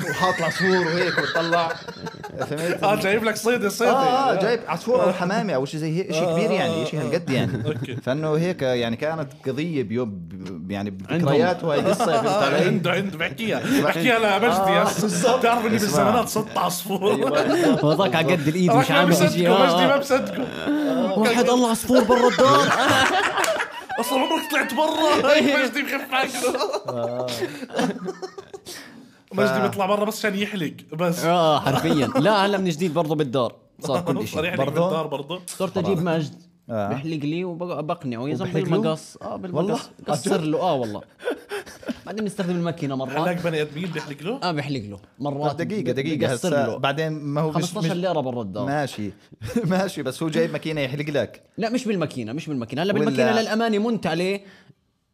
وحاط العصفور وهيك وطلع فهمت؟
اه جايب لك صيدي صيدي
اه اه
يعني.
جايب عصفور او حمامه او شيء زي هيك شيء كبير يعني شيء هالقد يعني
أوكي.
فانه هيك يعني كانت قضيه بيوب يعني بذكريات وهي قصه فهمت علي؟
عنده عنده بحكيها بحكيها لمجدي
آه،
يس بتعرف اني
اسمع.
بالزمانات صدت عصفور
هذاك على قد الايد
راح
أيوة. مش
ما
عامل شيء
بصدقه مجدي ما
آه، آه.
بصدقه
واحد الله عصفور برا الدار
اصلا عمرك طلعت برا هيك مجدي بخف عنه
آه.
مجدي بيطلع برا بس عشان يحلق بس
اه حرفيا لا هلا من جديد برضه بالدار صار كل
صار
شيء
يحلق
برضه؟
بالدار برضه
صرت اجيب مجد
آه.
بحلق لي وبقنعه يا زلمه
وبحلق له؟
بالمقص اه
والله؟
بالمقص كسر له اه والله بعدين نستخدم الماكينه مرات
هلاك بني ادمين بيحلق له
اه بحلق له مرات
طب دقيقه دقيقه
بقصر
هسه
له.
بعدين ما هو مش-
15
مش-
ليره برا الدار
ماشي ماشي بس هو جايب ماكينه يحلق لك
لا مش بالماكينه مش بالماكينه هلا
ولا-
بالماكينه للامانه منت عليه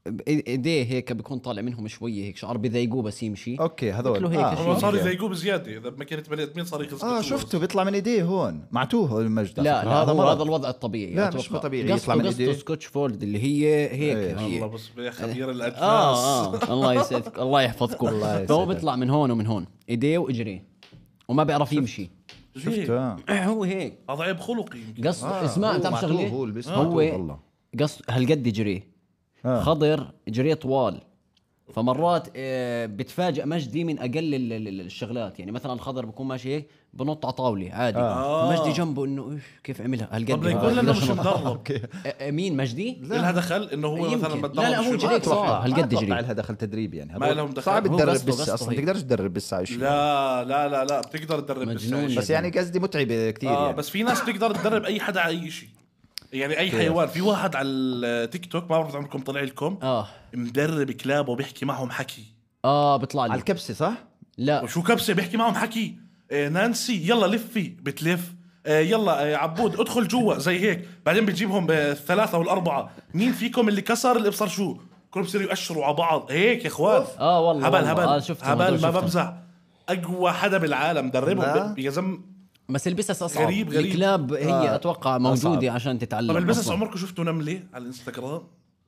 بإي- ايديه هيك بيكون طالع منهم شويه هيك شعر بيضايقوه بس يمشي
اوكي هذول آه.
شكله هيك آه. شيء. آه،
هو صار يضايقوه بزياده اذا بماكينه بني ادمين صار يخزق
اه شفته بيطلع من ايديه هون معتوه المجد على
لا
فكرة.
لا هذا هو
مرض.
هذا الوضع الطبيعي
لا،
أتوقع.
مش طبيعي،
قصته-
يطلع من
قصته
إيديه.
سكوتش فولد اللي هي هيك
إيه.
الله
هي.
بس يا خبير
اه
الاجناس
اه الله يسعدك الله يحفظكم
الله يسعدك.
فهو بيطلع من هون ومن هون ايديه واجريه وما بيعرف يمشي إيه.
شفته
آه.
هو هيك
اضعيب خلقي يمكن.
قصته
آه،
اسمع
هو
بتعرف
معتوه،
شغله
هو اللي بيسمع
هو
معتوه والله.
قص هالقد يجري
آه.
خضر جري طوال فمرات آه، بتفاجئ مجدي من اقل ال- ال- ال- الشغلات يعني مثلا الخضر بكون ماشي هيك بنط على طاوله عادي
آه.
مجدي جنبه انه إيش، كيف عملها هالقد
طب
آه،
ليكون لانه مش
ليش نط؟
مدرب
آه، آه، مين مجدي؟
لها دخل انه هو مثلا
يمكن.
متدرب
لا، لا، هو
شو-
جريء. هيك صار،
ما
هالقد
أتوقع
جري.
لها دخل تدريب يعني
ما
هذول
لهم دخل.
صعب
هو طيب.
تدرب
قصده-
بس
قصده
اصلا
هيك.
تقدرش تدرب بس على شيء
لا لا لا لا بتقدر تدرب
مجنون
بالسعي.
بس يعني قصدي متعبه كثير
اه
يعني.
بس في ناس بتقدر تدرب اي حدا على اي شيء يعني اي حيوان في واحد على التيك توك ما بعرف عمركم طلع لكم
اه
مدرب كلابه بيحكي معهم حكي
اه بيطلع
على
لي
الكبسه صح؟
لا
وشو كبسه بيحكي معهم حكي آه نانسي يلا لفي بتلف آه يلا آه عبود ادخل جوا زي هيك بعدين بتجيبهم آه، الثلاثه والاربعه مين فيكم اللي كسر الابصر شو كلهم بصيروا يأشروا على بعض هيك يا اخوان
آه والله،
هبل
والله.
هبل
آه، شفت
هبل
الموضوع،
ما
شفته.
بمزح اقوى حدا بالعالم
لا.
دربهم ب- يا زلمه
بس البسس اصعب
غريب- غريب.
الكلاب هي
آه.
اتوقع موجوده
أصعب.
عشان تتعلم
طب البسس
أصلاً.
عمركم شفتوا نمله على الانستغرام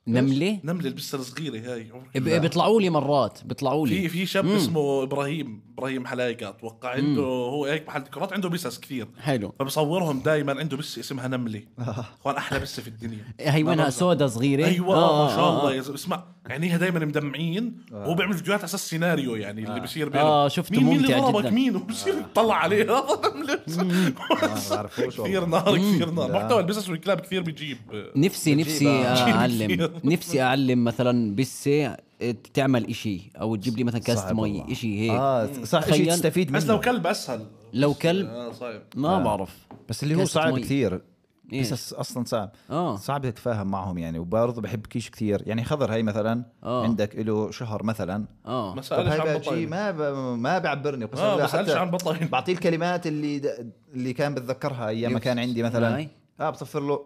نمله؟
نمله البسه الصغيره هاي عمركم
ب- بيطلعوا لي مرات بيطلعوا
في
لي
في شاب اسمه ابراهيم ابراهيم حلايقه اتوقع عنده هو هيك محل ديكورات عنده بسس كثير
حلو
فبصورهم دائما عنده بسه اسمها نمله اخوان احلى بسه في الدنيا
هي وينها سودا صغيره
أيوة،
ايوه آه ما شاء الله يا زلمه اسمع عينيها دائما مدمعين وهو بيعمل فيديوهات على اساس سيناريو يعني اللي بصير بينهم
آه، شفته
مين مين
ممتع
اللي ضربك
جداً. آه.
مين وبصير يطلع عليه هذا نمله
بعرفوش والله.
كثير نار كثير نار
لا.
محتوى البسس والكلاب كثير بيجيب
نفسي نفسي
آه.
اعلم نفسي اعلم مثلا بسه آه، تعمل إشي او تجيب لي مثلا كاسه
صعب والله.
مي إشي هيك
اه صح شيء
تخيل.
تستفيد
إيه. بس لو
منه
كلب اسهل
لو كلب
آه، صعب
ما بعرف
بس اللي هو
كاسة
صعب
مي.
كثير
إيه.
بس اصلا صعب
آه.
صعب تتفاهم معهم يعني وبرضه بحب كيش كثير يعني خضر هاي مثلا
آه.
عندك له شهر مثلا
اه
ما
طب
سالش
هاي
عن
بقى شيء
بطل
ما ب... ما بيعبرني قسم
آه،
بالله
بسألش
حتى
عن بطاين.
بعطيه الكلمات اللي د... اللي كان بتذكرها ايام ما
يوسف.
كان عندي
هاي.
مثلا اه بصفر له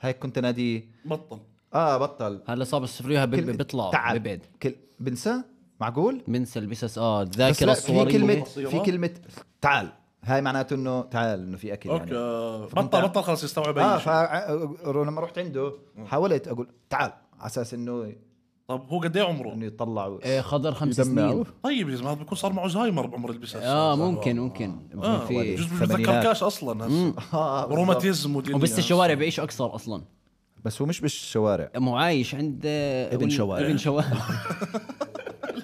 هيك كنت ناديه
بطل
اه بطل
هلا صار السفرية
كل-
بيطلع
تعب.
ببعد
كل... بنسى معقول
بنسى البسس اه
بس
الذاكرة
لا في
الصورية
كلمة
بصيرة.
في كلمة تعال هاي معناته انه تعال انه في اكل
اوكي
يعني
آه،
فهمت.
بطل بطل خلص يستوعب
اه
اي شيء
فا لما رحت عنده حاولت اقول تعال على اساس انه
طب هو قد ايه عمره؟
انه يطلع
آه، خضر خمس
يدمعه.
سنين
طيب يا زلمه هذا بيكون صار معه زهايمر بعمر البسس
اه ممكن ممكن
آه،
اه
في
جزء ما
ثمانينات.
بتذكركاش اصلا هسه.
آه بالضبط.
روماتيزم ودنيا.
وبس الشوارع بيعيشوا اكثر اصلا
بس هو مش بالشوارع
ما هو عايش عند آه،
ابن
وال-
شوارع.
ابن شوارع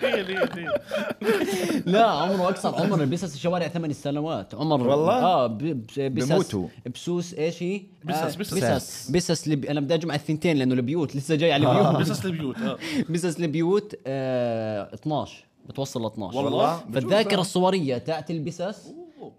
ليه ليه ليه
لا عمره اكثر عمر البسس الشوارع ثمان سنوات عمر
والله؟
اه ب- ب- بسس
بموتوا.
بسوس ايش هي؟
بسس-
آه،
بسس.
بسس بسس لب... انا بدي اجمع الثنتين لانه البيوت لسه جاي على البيوت
بسس البيوت اه
بسس البيوت آه 12 بتوصل ل 12
والله؟
فالذاكره الصوريه تاعت البسس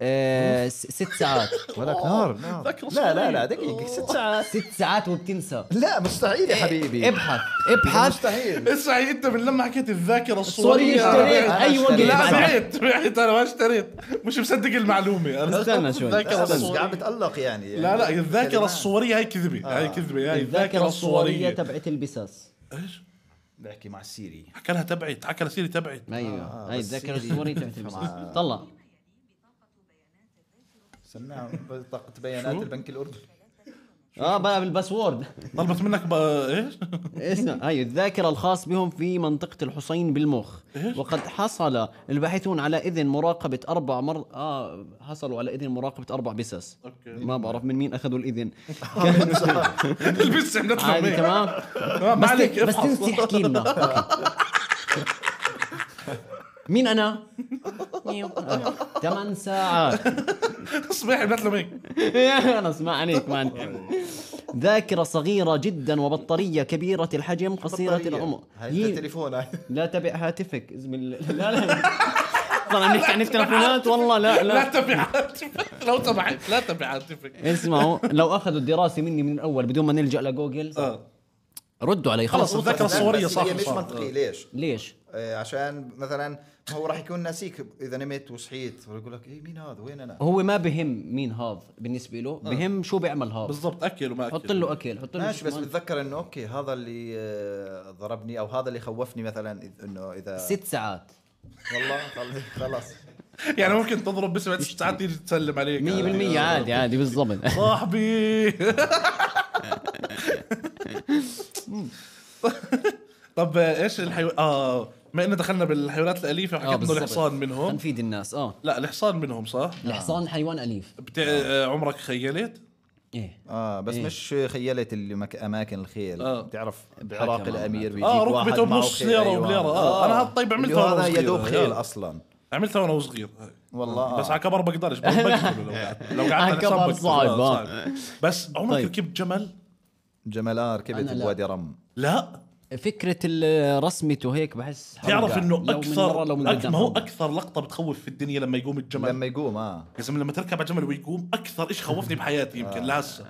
آه س- ست ساعات
ولك نار نار
ذكر
لا لا
صغير.
لا دقيقة ست ساعات
ست ساعات وبتنسى
لا مستحيل
إيه،
يا حبيبي
ابحث ابحث
مستحيل
اسمع انت من لما حكيت الذاكره
الصوريه
الصوريه
اشتريت
بعت.
أنا
اي وقت
اشتريت.
لا
بعد-
بعت بعت انا ما اشتريت مش مصدق المعلومه انا
استنى شوي.
الذاكره
بس قاعد
الصوريه
بتألق يعني يعني
لا لا الذاكره
كلمات.
الصوريه هاي كذبه هاي كذبه هاي
الذاكره الصوريه تبعت البسس
ايش؟
بحكي مع السيري
حكى لها تبعت حكى لها سيري تبعت
ايوه هاي
آه، بس
الذاكره
سيدي.
الصوريه تبعت البسس طلع
سمعها بطاقة بيانات البنك الأردني
اه بقى بالباسورد
طلبت منك بقى ايش؟
اسمع هاي الذاكرة الخاص بهم في منطقة الحصين بالمخ وقد حصل الباحثون على إذن مراقبة أربع مر آه حصلوا على إذن مراقبة أربع بسس
أوكي.
ما بعرف من مين أخذوا الإذن
البس عملت
عادي
لهم
تمام
تمام ما
بس
عليك
بس
افحص.
تنسي احكي لنا أوكي. مين أنا؟ ثمان ساعات
صباحي عملت لهم إيه؟ هيك
انا اسمع عليك ما عندي ذاكرة صغيرة جدا وبطارية كبيرة الحجم قصيرة
بطارية.
العمر
طيب. هاي
هي-
التليفون هاي
لا تبع هاتفك اسم ال... لا لا طبعا نحكي عن التلفونات والله لا
لا
لا
تبع هاتفك لو تبعت لا تبع هاتفك
اسمعوا لو اخذوا الدراسه مني من الاول بدون ما نلجا لجوجل
اه
ردوا علي خلص
خلص الذاكره الصوريه
بس هي
صح
مش منطقي ليش؟
ليش؟
آه، عشان مثلا هو راح يكون ناسيك اذا نمت وصحيت يقول لك ايه مين هذا وين انا
هو ما بهم مين هاض بالنسبه له بهم شو بيعمل هاض
آه. بالضبط اكل وما اكل
حط له اكل حط له
ماشي
شو
بس
كمان.
بتذكر انه اوكي هذا اللي آه، ضربني او هذا اللي خوفني مثلا إذ- انه اذا
ست ساعات
والله خل- خلص
يعني ممكن تضرب بس بعد ست ساعات تيجي تسلم عليك
100% عادي عادي بالضبط
صاحبي طب ايش الحيو اه ما ان دخلنا بالحيوانات الاليفه
آه،
وحكيت انه
بالضبط.
الحصان منهم آه.
تنفيد الناس اه
لا الحصان منهم صح؟
الحصان حيوان اليف
بتاع آه، عمرك خيلت؟
ايه
اه بس
إيه.
مش خيلت اللي مك... اماكن الخيل
آه.
بتعرف بعراق
معنا.
الامير بيجيك
اه
واحد
ركبته
معه
بنص
خيل،
ليره
أيوة.
وبليره اه انا هالطيب
اللي
عملتها
هو
وانا
هذا يا
صغير
دوب خيل
آه.
اصلا
عملتها وانا صغير آه.
والله آه.
بس على كبر بقدرش بقول بقتله لو قعدت- لو قعدت على
على كبر
حساب بقتله.
صعب،
آه،
آه.
بس عمرك
طيب.
ركبت جمل؟
جملار
أنا
كبت
لا.
بوادي رم
لا
طيب. فكره ال- رسمته هيك بحس
تعرف
حرقة.
انه
لو من
اكثر
برا لو من
أك-
قدام
ما هو
حرقة.
اكثر لقطه بتخوف في الدنيا لما يقوم الجمل
لما يقوم اه
يا زلمه لما تركب على جمل ويقوم اكثر شيء خوفني بحياتي
آه.
يمكن لهسه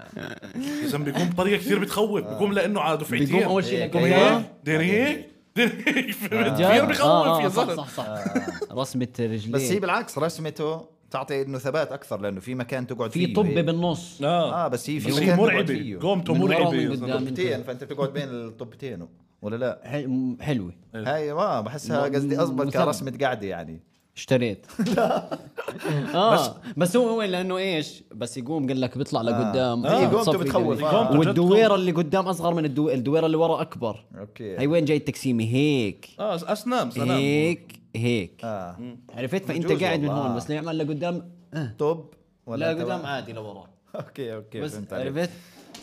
يا زلمه بيقوم بطريقه كثير بتخوف بيقوم لانه على دفعتين
بيقوم أول
إيه،
شي
بيقوم
لك-
هيك
أيوة.
دير
آه.
هيك دير هيك فهمت؟
جد؟
كثير بخوف
آه، آه،
يا
صح
زلمه
صح صح رسمة رجلين
بس هي بالعكس رسمته تعطي انه ثبات اكثر لانه في مكان تقعد
في
فيه
طبة
هي-
بالنص
اه
اه بس هي في
بس
مكان
هي
تقعد
مرعبه
فيه.
قومته
آه. من ورا
مرعبه
ومن
يا
قدام.
زلمة.
طبتين فانت بتقعد بين الطبتين ولا لا
حل- حلوة
هاي ما بحسها
م-
قصدي اصبر
إيه. مثبت.
كرسمه قاعده يعني
اشتريت اه بس هو هو لانه ايش بس يقوم قال لك بيطلع لقدام إيه،
آه. قومته
بتصفي
بتخوف،
قال لي.
آه.
والدويرة اللي قدام اصغر من الدو... الدويرة اللي ورا اكبر
اوكي
هي وين جاي التكسيمة هيك
اه اسنان
إيه.
سلام
هيك هيك
اه
عرفت فانت
بجوز
قاعد من
والله.
هون بس نعمل لقدام آه.
طب
لا
تبع؟
قدام عادي لورا
اوكي اوكي
بس
فهمت عليك.
عرفت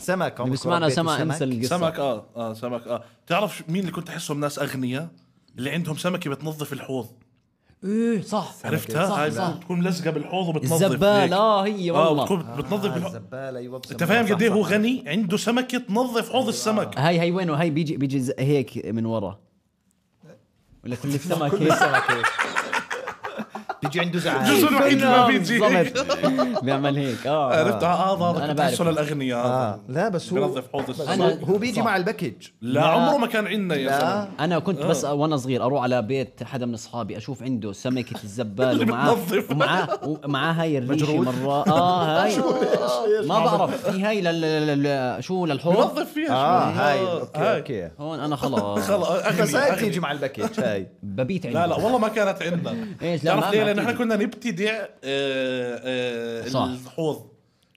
سمك عمرك
بس معنا
ربيتوا
سما انسى القصة
سمك اه اه سمك اه تعرف شو- مين اللي كنت احسهم ناس اغنياء اللي عندهم سمكه بتنظف الحوض
ايه صح
عرفتها
صح
هاي
صح
بتكون ملزقه بالحوض وبتنظف هيك.
الزبال اه هي
آه،
اه
والله
بتكون بتنظف بالحوض
الزباله ايوه
انت فاهم قد ايه هو غني عنده سمكه تنظف حوض السمك
هاي هاي وين هاي بيجي بيجي ز- هيك من ورا ولا كل السمك
كل
هيك
السمك هيك بيجي عنده
الجزء
زعل آه.
الوحيد اللي ما بيجي هيك
بالضبط. بيعمل هيك اه
عرفت اه اه هذا
أنا
كنت
بعرف.
أحسه للاغنياء هذا.
آه. لا بس هو
بينظف حوض السمك
أنا-
هو بيجي
صح.
مع الباكج
لا عمره ما كان عندنا يا زلمه
انا كنت بس
آه.
وانا صغير اروح على بيت حدا من اصحابي اشوف عنده سمكه الزبال
اللي
ومعاه
بتنظف.
ومعاه ومعاه هاي الريشه
مجروح.
مره اه هاي ما بعرف في هاي لل- لل- لل- شو للحوض
بنظف فيها
اه
شوي. آه،
هاي اوكي اوكي
هون انا خلاص
خلاص أغنياء،
بس هاي
أغنياء.
بتيجي مع الباكج هاي
ببيت عندي
لا لا والله ما كانت عندنا
إيش، لا، ما-
تعرف ليه؟
ما
لأن احنا
بتيجي.
كنا نبتدع آه، آه،
صح. أيوه.
الحوض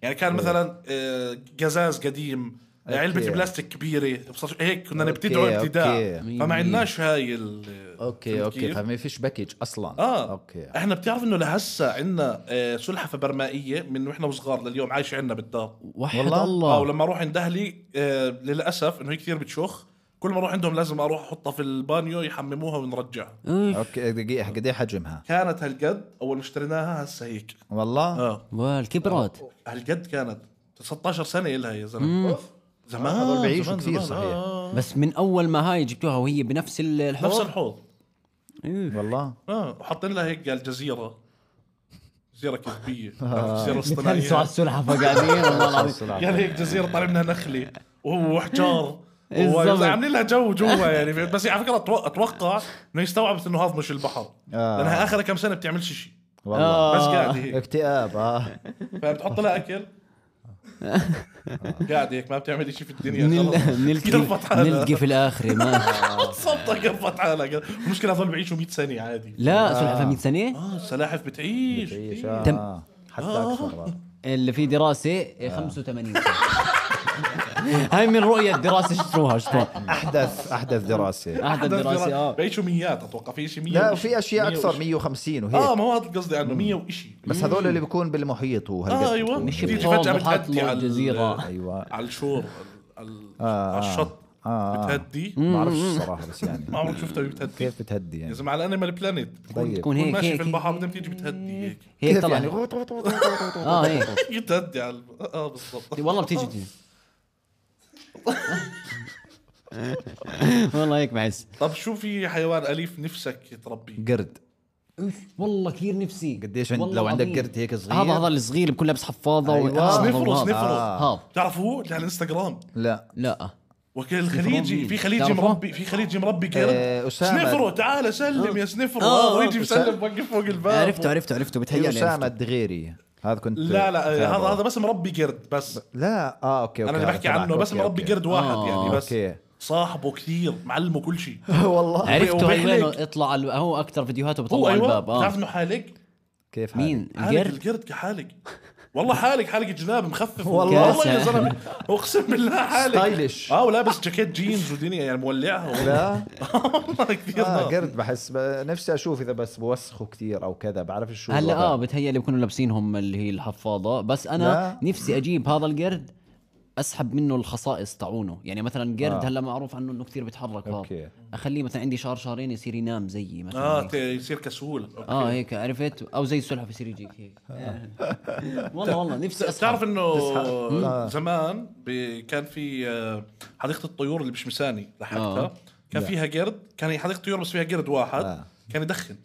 يعني كان مثلا آه، قزاز قديم
أوكي.
علبة بلاستيك كبيرة بصر- هيك كنا
أوكي،
نبتدعه ابتداع
أوكي.
مين-
فما عندناش هاي ال-
اوكي
فهمت
اوكي
كيف؟
فما فيش باكج اصلا
اه
اوكي
احنا بتعرف انه لهسه عندنا آه، سلحفه برمائيه من واحنا وصغار لليوم عايشه عندنا بالدار
وحد
والله؟
اه
الله
ولما اروح عند اهلي آه، للاسف انه هي كثير بتشخ كل ما اروح عندهم لازم اروح احطها في البانيو يحمموها ونرجعها
إيه.
اوكي دقيقه قد ايه حجمها
كانت هالقد اول ما اشتريناها هسه هيك
والله
اه
والكبرات
هالقد كانت 16 سنه إلها يا زلمه زمان
هذول بيعيشوا
آه، زمان-
كثير
زمان،
صحيح.
آه.
بس من اول ما هاي جبتوها وهي بنفس ال-
نفس
الحوض إيه.
الحوض
والله
اه وحاطين لها هيك قال جزيره جزيره كذبيه
آه.
جزيره
بتهلسوا على
يعني
اصطناعيه
السلحفه قاعدين والله العظيم
قال يعني هيك جزيره طالع منها نخله وحجار
إيه،
بالضبط.
عاملين لها جو جوا يعني فهمت؟ بس هي على فكره أتو- اتوقع انه استوعبت انه هذا مش البحر
آه.
لانها اخر كم سنه بتعملش شيء
والله
بس قاعده هيك
آه، اكتئاب اه
فبتحط لها اكل قاعد هيك ما بتعمل شيء في الدنيا
نل-
خلص.
نلقي
قرفت حالها
نلقي في الاخره ما
صبتها قرفت حالها المشكله هذول بيعيشوا 100 سنه عادي
لا سلحفه 100 سنه
اه السلاحف بتعيش إيه.
تعيش
بتعيش.
اه حتى
آه.
اكثر
اللي في دراسه 85 سنه هاي من رؤيه الدراسه اشتروها اشتروها
احدث احدث دراسه
احدى الدراسه اه
بيعيشوا ميات اتوقع في شيء 100
لا
وإشي.
وفي اشياء
100
اكثر
وإشي.
150
اه
وهيك
ما هو هذا قصدي عنه 100 وشيء
بس هذول اللي بيكون بالمحيط وهالقد
اه ايوه
بيكون.
مش
بتيجي
بحوض
فجاه
وحاط
بتهدي
له
على
جزيرة.
ال-
ايوه
على الشور على- على
آه،
على الشط
آه، آه.
بتهدي
ما بعرفش الصراحه بس
ما
يعني
عمرك شفتها وهي بتهدي
كيف بتهدي
يا
يعني
زلمه على انيمال بلانيت
طيب
تكون
تكون
هيك
ماشي في
هيك
البحر بعدين بتيجي بتهدي هيك
هيك
كيف
طلع
يعني غوط غوط غوط غوط غوط.
اه هيك
بتهدي على الب- اه بالضبط
إيه، والله بتيجي بتيجي والله هيك بحس
طب شو في حيوان اليف نفسك تربيه؟
قرد
والله كثير نفسي
قديش عند
والله
لو عندك
العظيم.
قرد هيك صغير
هذا هذا الصغير بكون لابس حفاضه
أيوة. آه.
وهذا
نفرس
وهذا.
نفرس
هذا
بتعرف هو اللي على الانستغرام
لا
لا
وكل الخليجي
مين؟
في خليجي
تعرفه؟
مربي في خليجي مربي
آه،
قرد
أسامة.
سنفرو تعال سلم يا سنفرو
آه،
آه،
آه،
ويجي
أسامة.
يسلم وقف فوق الباب
عرفته عرفته عرفته
هي
بتهيألي
اسامه
عرفته.
الدغيري هذا كنت
لا لا آه، هذا
تابعه.
هذا بس مربي قرد بس
لا اه اوكي
انا
اوكي
اللي
هذا
بحكي
تبعك.
عنه بس
أوكي،
مربي
أوكي.
قرد واحد يعني بس
أوكي.
صاحبه كثير معلمه كل شيء
والله
عرفته هي
وبيحلق.
وينه اطلع على- هو اكثر فيديوهاته
هو
بطلع على
ايوه
الباب
بتعرف
اه
انه حالق
كيف حالك؟
مين
حالق
القرد
القرد كحالق والله حالق حالق جناب مخفف
والله.
والله يا زلمه اقسم بالله حالق
ستايلش.
اه ولابس جاكيت جينز ودنيا يعني مولعها والله.
لا
والله كثير
آه
نار.
قرد بحس ب... نفسي اشوف اذا بس بوسخه كثير او كذا بعرف شو
هلا
الوضع.
اه بتهيألي بكونوا لابسينهم اللي هي الحفاضه بس انا
لا.
نفسي اجيب هذا القرد اسحب منه الخصائص تاعونه يعني مثلا قرد
آه.
هلا معروف عنه انه كثير بيتحرك
أوكي.
هذا اخليه مثلا عندي شهر شهرين يصير ينام زيي مثلا
اه
آه
ت- يصير كسول أوكي.
اه هيك عرفت او زي السلحفه يصير يجيك هيك والله والله نفسي اسحب
تعرف انه
آه.
زمان ب- كان في آه، حديقه الطيور اللي بشمساني لحقتها
آه.
كان
لا.
فيها قرد كان حديقه طيور بس فيها قرد واحد
آه.
كان يدخن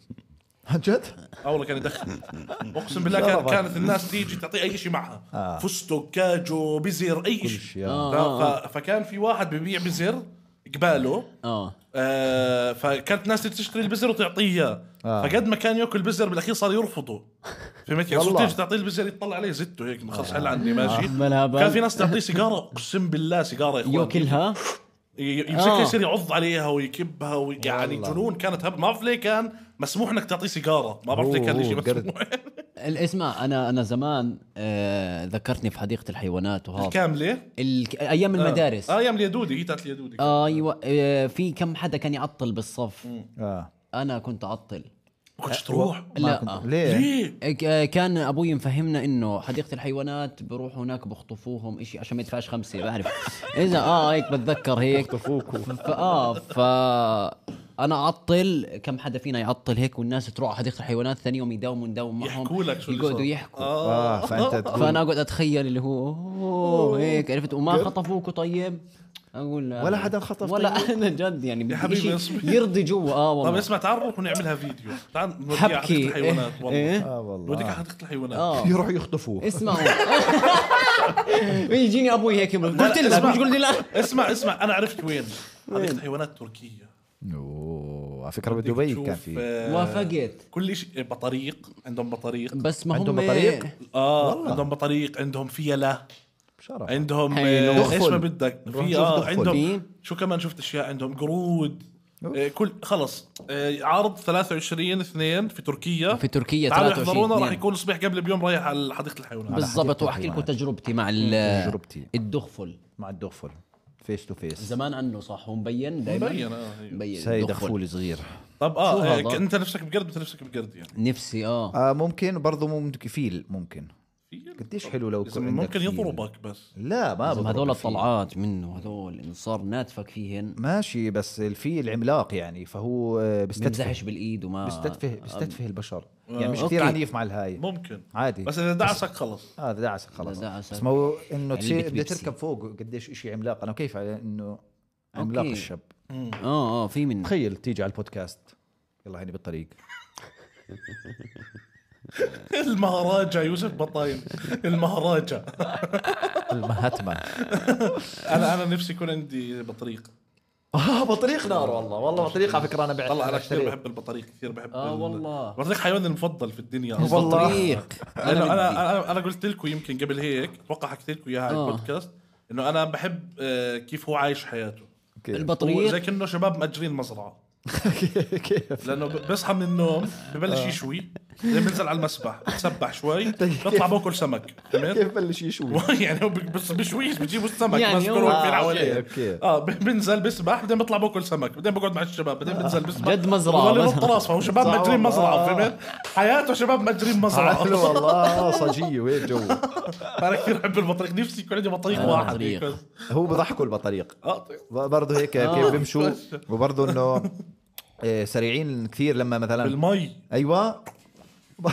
عن جد؟
اه والله كان يدخن اقسم بالله كان
ضربك.
كانت الناس تيجي تعطيه اي شيء معها
آه.
فستق كاجو بزر اي
شيء،
شيء
آه.
ف- فكان في واحد ببيع بزر قباله
اه
آه فكانت الناس تيجي تشتري البزر وتعطيه اياه
آه.
فقد ما كان ياكل بزر بالاخير صار يرفضه فهمت يعني صرت
والله.
تيجي تعطيه البزر يطلع عليه زته هيك خلص حل عني ماشي
ملها بال.
كان في ناس تعطيه سيجاره اقسم بالله سيجاره يا اخوان
ياكلها
ي-
آه.
يمسكها يصير يعض عليها ويكبها وي... يعني
والله.
جنون كانت هب ما بعرف ليه كان مسموح انك تعطيه سيجاره ما بعرف ليه
أوه،
كان الشيء
أوه، قرد.
مسموح
اسمع انا انا زمان آه ذكرتني في حديقه الحيوانات
آه.
وهذا
كامله
ال... ايام المدارس
اه ايام اليدودي هي تاعت اليدودي
ايوه آه في كم حدا كان يعطل بالصف
اه
انا كنت اعطل
ما
أه،
كنتش تروح
ما
لا.
كنت- ليه؟
ليه؟
آه، كان ابوي مفهمنا انه حديقه الحيوانات بروح هناك بخطفوهم إشي عشان ما يدفعش آه، خمسه بعرف اذا اه هيك بتذكر هيك
اخطفوك
ف- اه ف انا اعطل كم حدا فينا يعطل هيك والناس تروح حديقه الحيوانات ثاني يوم يداوموا نداوم معهم
يحكوا لك شو اللي
آه. يقعدوا
صار. آه.
يحكوا
اه فانت تقول
فانا اقعد اتخيل اللي هو أوه هيك عرفت وما خطفوك طيب اقول لا.
ولا حدا خطف
ولا انا جد يعني بدي
طيب؟ حبيبي
شيء
اصبر.
يرضي جوا اه
طب
والله
طيب، اسمع تعال نروح ونعملها فيديو تعال نوديها
حبكي.
على حديقه الحيوانات
إيه.
والله
إيه.
اه والله
نوديك على حديقه الحيوانات
اه
يروح يخطفوه
اسمعوا يجيني ابوي هيك يقول-
لا،
قلت لك
اسمع.
مش قلت لا
اسمع اسمع انا عرفت وين حديقه الحيوانات تركيا
اوه على فكره بدبي كان في
آه،
وافقت
كل شيء بطريق عندهم بطريق
بس ما هم
عندهم بطريق؟
اه
والله.
عندهم بطريق عندهم فيله
بشرف
عندهم
حلو.
آه،
دخل.
ايش ما بدك
نروح
في
نشوف
آه
دخل.
في؟
عندهم شو كمان شفت اشياء عندهم قرود
أوف.
آه، كل خلص آه، عرض 23 2 في تركيا
في تركيا
تعالوا
23
احضرونا راح
اثنين.
يكون الصبح قبل بيوم رايح على حديقه الحيوانات
بالضبط
حديقة
واحكي لكم
الحيوانات.
تجربتي مع ال-
تجربتي.
الدخفل
مع الدغفل فيس تو فيس
زمان عنه صح هو مبين دائما
مبين آه، هي.
مبين
سيد
الدغفل.
دغفول صغير
طب
شو
اه آه،
هذا؟
ك- انت نفسك بقرد انت نفسك بقرد يعني
نفسي اه
آه ممكن برضه ممكن فيل ممكن
في-
قديش حلو لو
إذا
يكون عندك
ممكن
فيل.
يضربك بس
لا ما
لازم
بضرب
هذول
الفيل.
الطلعات منه هذول ان صار ناتفك فيهن
ماشي بس الفيل عملاق يعني فهو آه، بيستدفه
بمزحش بالايد وما
بيستدفه بيستدفه البشر يعني مش
أوكي.
كثير عنيف مع الهاي
ممكن
عادي
بس اذا دعسك خلص
هذا آه دعسك خلاص
إذا دعسك.
بس ما هو
يعني
انه تصير بدي
بيبسي.
تركب فوق قديش إشي عملاق انا كيف على انه عملاق
أوكي.
الشاب
اه اه في منه
تخيل تيجي على البودكاست يلا هني بالطريق
المهراجة يوسف بطاين المهراجة
المهاتما
انا انا نفسي يكون عندي بطريق
اه بطريق نار والله والله بطريق على فكره انا بعت
والله انا كثير بحب البطريق كثير بحب
آه
ال-
والله.
البطريق حيواني المفضل في الدنيا
والله.
البطريق
لأنه
انا
انا
بدي.
انا انا قلت لكم يمكن قبل هيك اتوقع حكيت لكم اياها على
آه.
البودكاست انه انا بحب آه، كيف هو عايش حياته هو زي
البطريق
كانه شباب مأجرين مزرعه لانه ب- بيصحى من النوم ببلش
آه.
يشوي بعدين بنزل على المسبح بتسبح شوي
طيب.
بطلع باكل سمك فهمت؟
كيف بلش يشوي
يعني هو بي- بس بشويش بجيبوا السمك
يعني
بس
هو-
كل واقفين
آه،
حواليه
أوكي، أوكي.
اه ب- بنزل بسبح بعدين بطلع باكل سمك بعدين بقعد مع الشباب بعدين بنزل بسبح
جد مزرعة.
بضل ينط راسه هو شباب
صح
مأجرين
والله.
مزرعه فهمت؟ حياته شباب مأجرين مزرعه
حلو والله آه، صجيه وهيك جو
انا كثير احب البطريق نفسي يكون عندي بطريق
أنا
واحد هيك
بطريق.
بس.
هو بضحكوا البطريق
اه طيب.
برضه هيك كيف بيمشوا وبرضه انه آه، سريعين كثير لما مثلا
بالمي
ايوه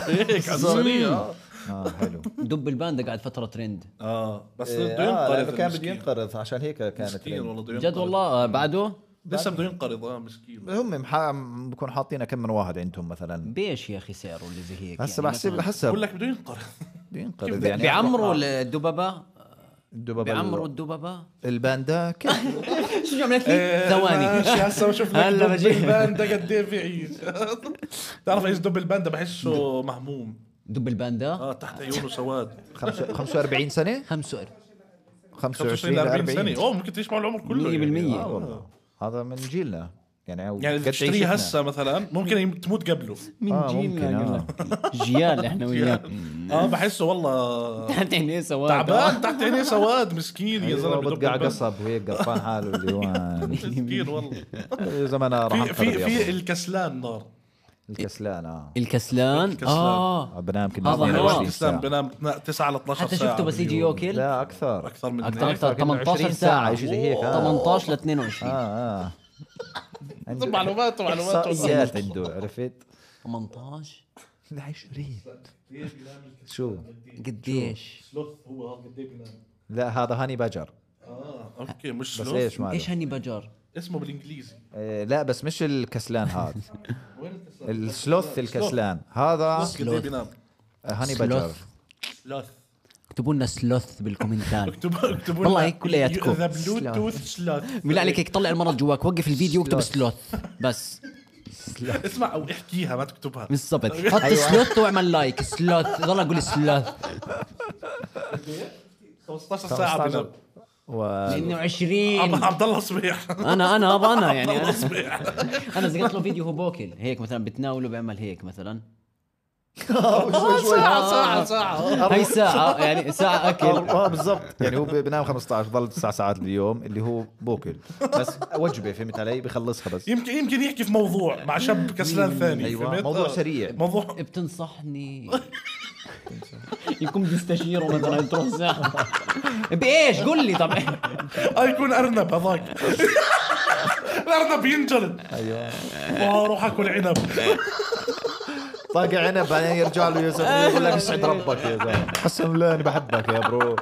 هيك على السريع. آه.
اه حلو
دب الباندا قاعد فتره ترند
اه بس بده
آه، لأنه
ينقرض
كان بده
المسكين
ينقرض عشان هيك كانت
مسكين
لين.
والله بده
جد
ينقرض.
والله آه، بعده
لسه بده ينقرض اه مسكين
هم محا- بكون حاطين كم من واحد عندهم مثلا
بيش يا اخي سعره اللي زي هيك
هسه
يعني
بحسب
مثلاً.
بقول
حسب
لك بده ينقرض
بده ينقرض
كيف
يعني
بيعمروا الدببه
الدببة
بيعمروا الدببه
الباندا كيف
شو جملت
إيه،
لي؟ ثواني
إيه، ماشي هسه بشوف لك
هلا
دب
بجي.
الباندا قد ايه بيعيش بتعرف ايش دب الباندا بحسه مهموم
دب الباندا
اه تحت عيونه سواد
خمسة- 45 سنه
45
25
آه،
ل
25 ل
40 سنه
40
اوه ممكن تعيش معه العمر كله
100%
يعني.
آه
آه.
والله. هذا من جيلنا يعني
يعني اذا تشتريه هسه مثلا ممكن يم- تموت قبله
من
آه،
جيلنا
ممكن،
قال لك. جيال احنا وياه
اه بحسه والله
تحت عينيه سواد
تعبان تحت عينيه سواد مسكين
أيوة،
يا زلمه بدب
أيوة، بتقع
الباندا.
قصب وهيك قرفان حاله اللي هو
مسكين والله
زمانها راح
في في في
في
الكسلان نار
الكسلان اه
الكسلان
الكسلان.
اه
بنام كل
هذا هو.
22
نعم، الكسلان
ساعه
بنام 9 ل 12
حتى
ساعة
شفته بس يجي
باليوم.
يوكل
لا يعني اكثر
اكثر من
اكثر
هيك.
اكثر
كأنه
18
20
ساعه
ساعة، شيء زي هيك، آه.
18 ل 22
اه اه عنده
معلومات ومعلومات
احصائيات عنده عرفت
18
ل 20 شو
قديش
سلوث هو هذا قد ايه بينام
لا هذا هاني بجر
اه اوكي مش
بس
سلوث
إيه
ايش ماله
ايش هني بجر
اسمه بالانجليزي
آه، لا بس مش الكسلان هذا
وين الكسلان؟
السلوث الكسلان هذا
قد ايه بينام
هاني
سلوث.
بجر
سلوث
اكتبوا لنا سلوث بالكومنتات
اكتبوا اكتبوا
والله
لنا
هيك كلياتكم.
ذا بلوتوث سلوث
بالله عليك هيك طلع المرض جواك وقف الفيديو واكتب سلوث بس
اسمع او احكيها ما تكتبها
بالضبط حط
أيوة.
سلوث واعمل لايك سلوث ضل اقول سلوث
15 ساعة
15
بينام
و
22
عبد- عبد الله صبيح
انا انا ابا انا
عبد
يعني
الله
انا
صبيح
انا زقت له فيديو هو بوكل هيك مثلا بتناوله بيعمل هيك مثلا آه،
آه، ساعة ساعة ساعة
هاي ساعه يعني ساعه
آه،
اكل
اه بالضبط يعني هو بينام 15 ضل تسع ساعات باليوم اللي هو بوكل بس وجبه فهمت علي بخلصها بس
يمكن يمكن يحكي في موضوع مع شاب كسلان ثاني
ايوه
أيوة.
فهمت؟
موضوع
آه.
سريع
موضوع
بتنصحني يكون بيستشيره مثلا تروح ساعه بايش قول لي طب
آه، يكون ارنب هذاك الارنب ينجلد
أيوة.
ايوه
واروح اكل عنب
طاقع عنب بعدين يرجع له يوسف
آه،
يقول لك اسعد ربك يا زلمه قسم بالله اني بحبك يا برو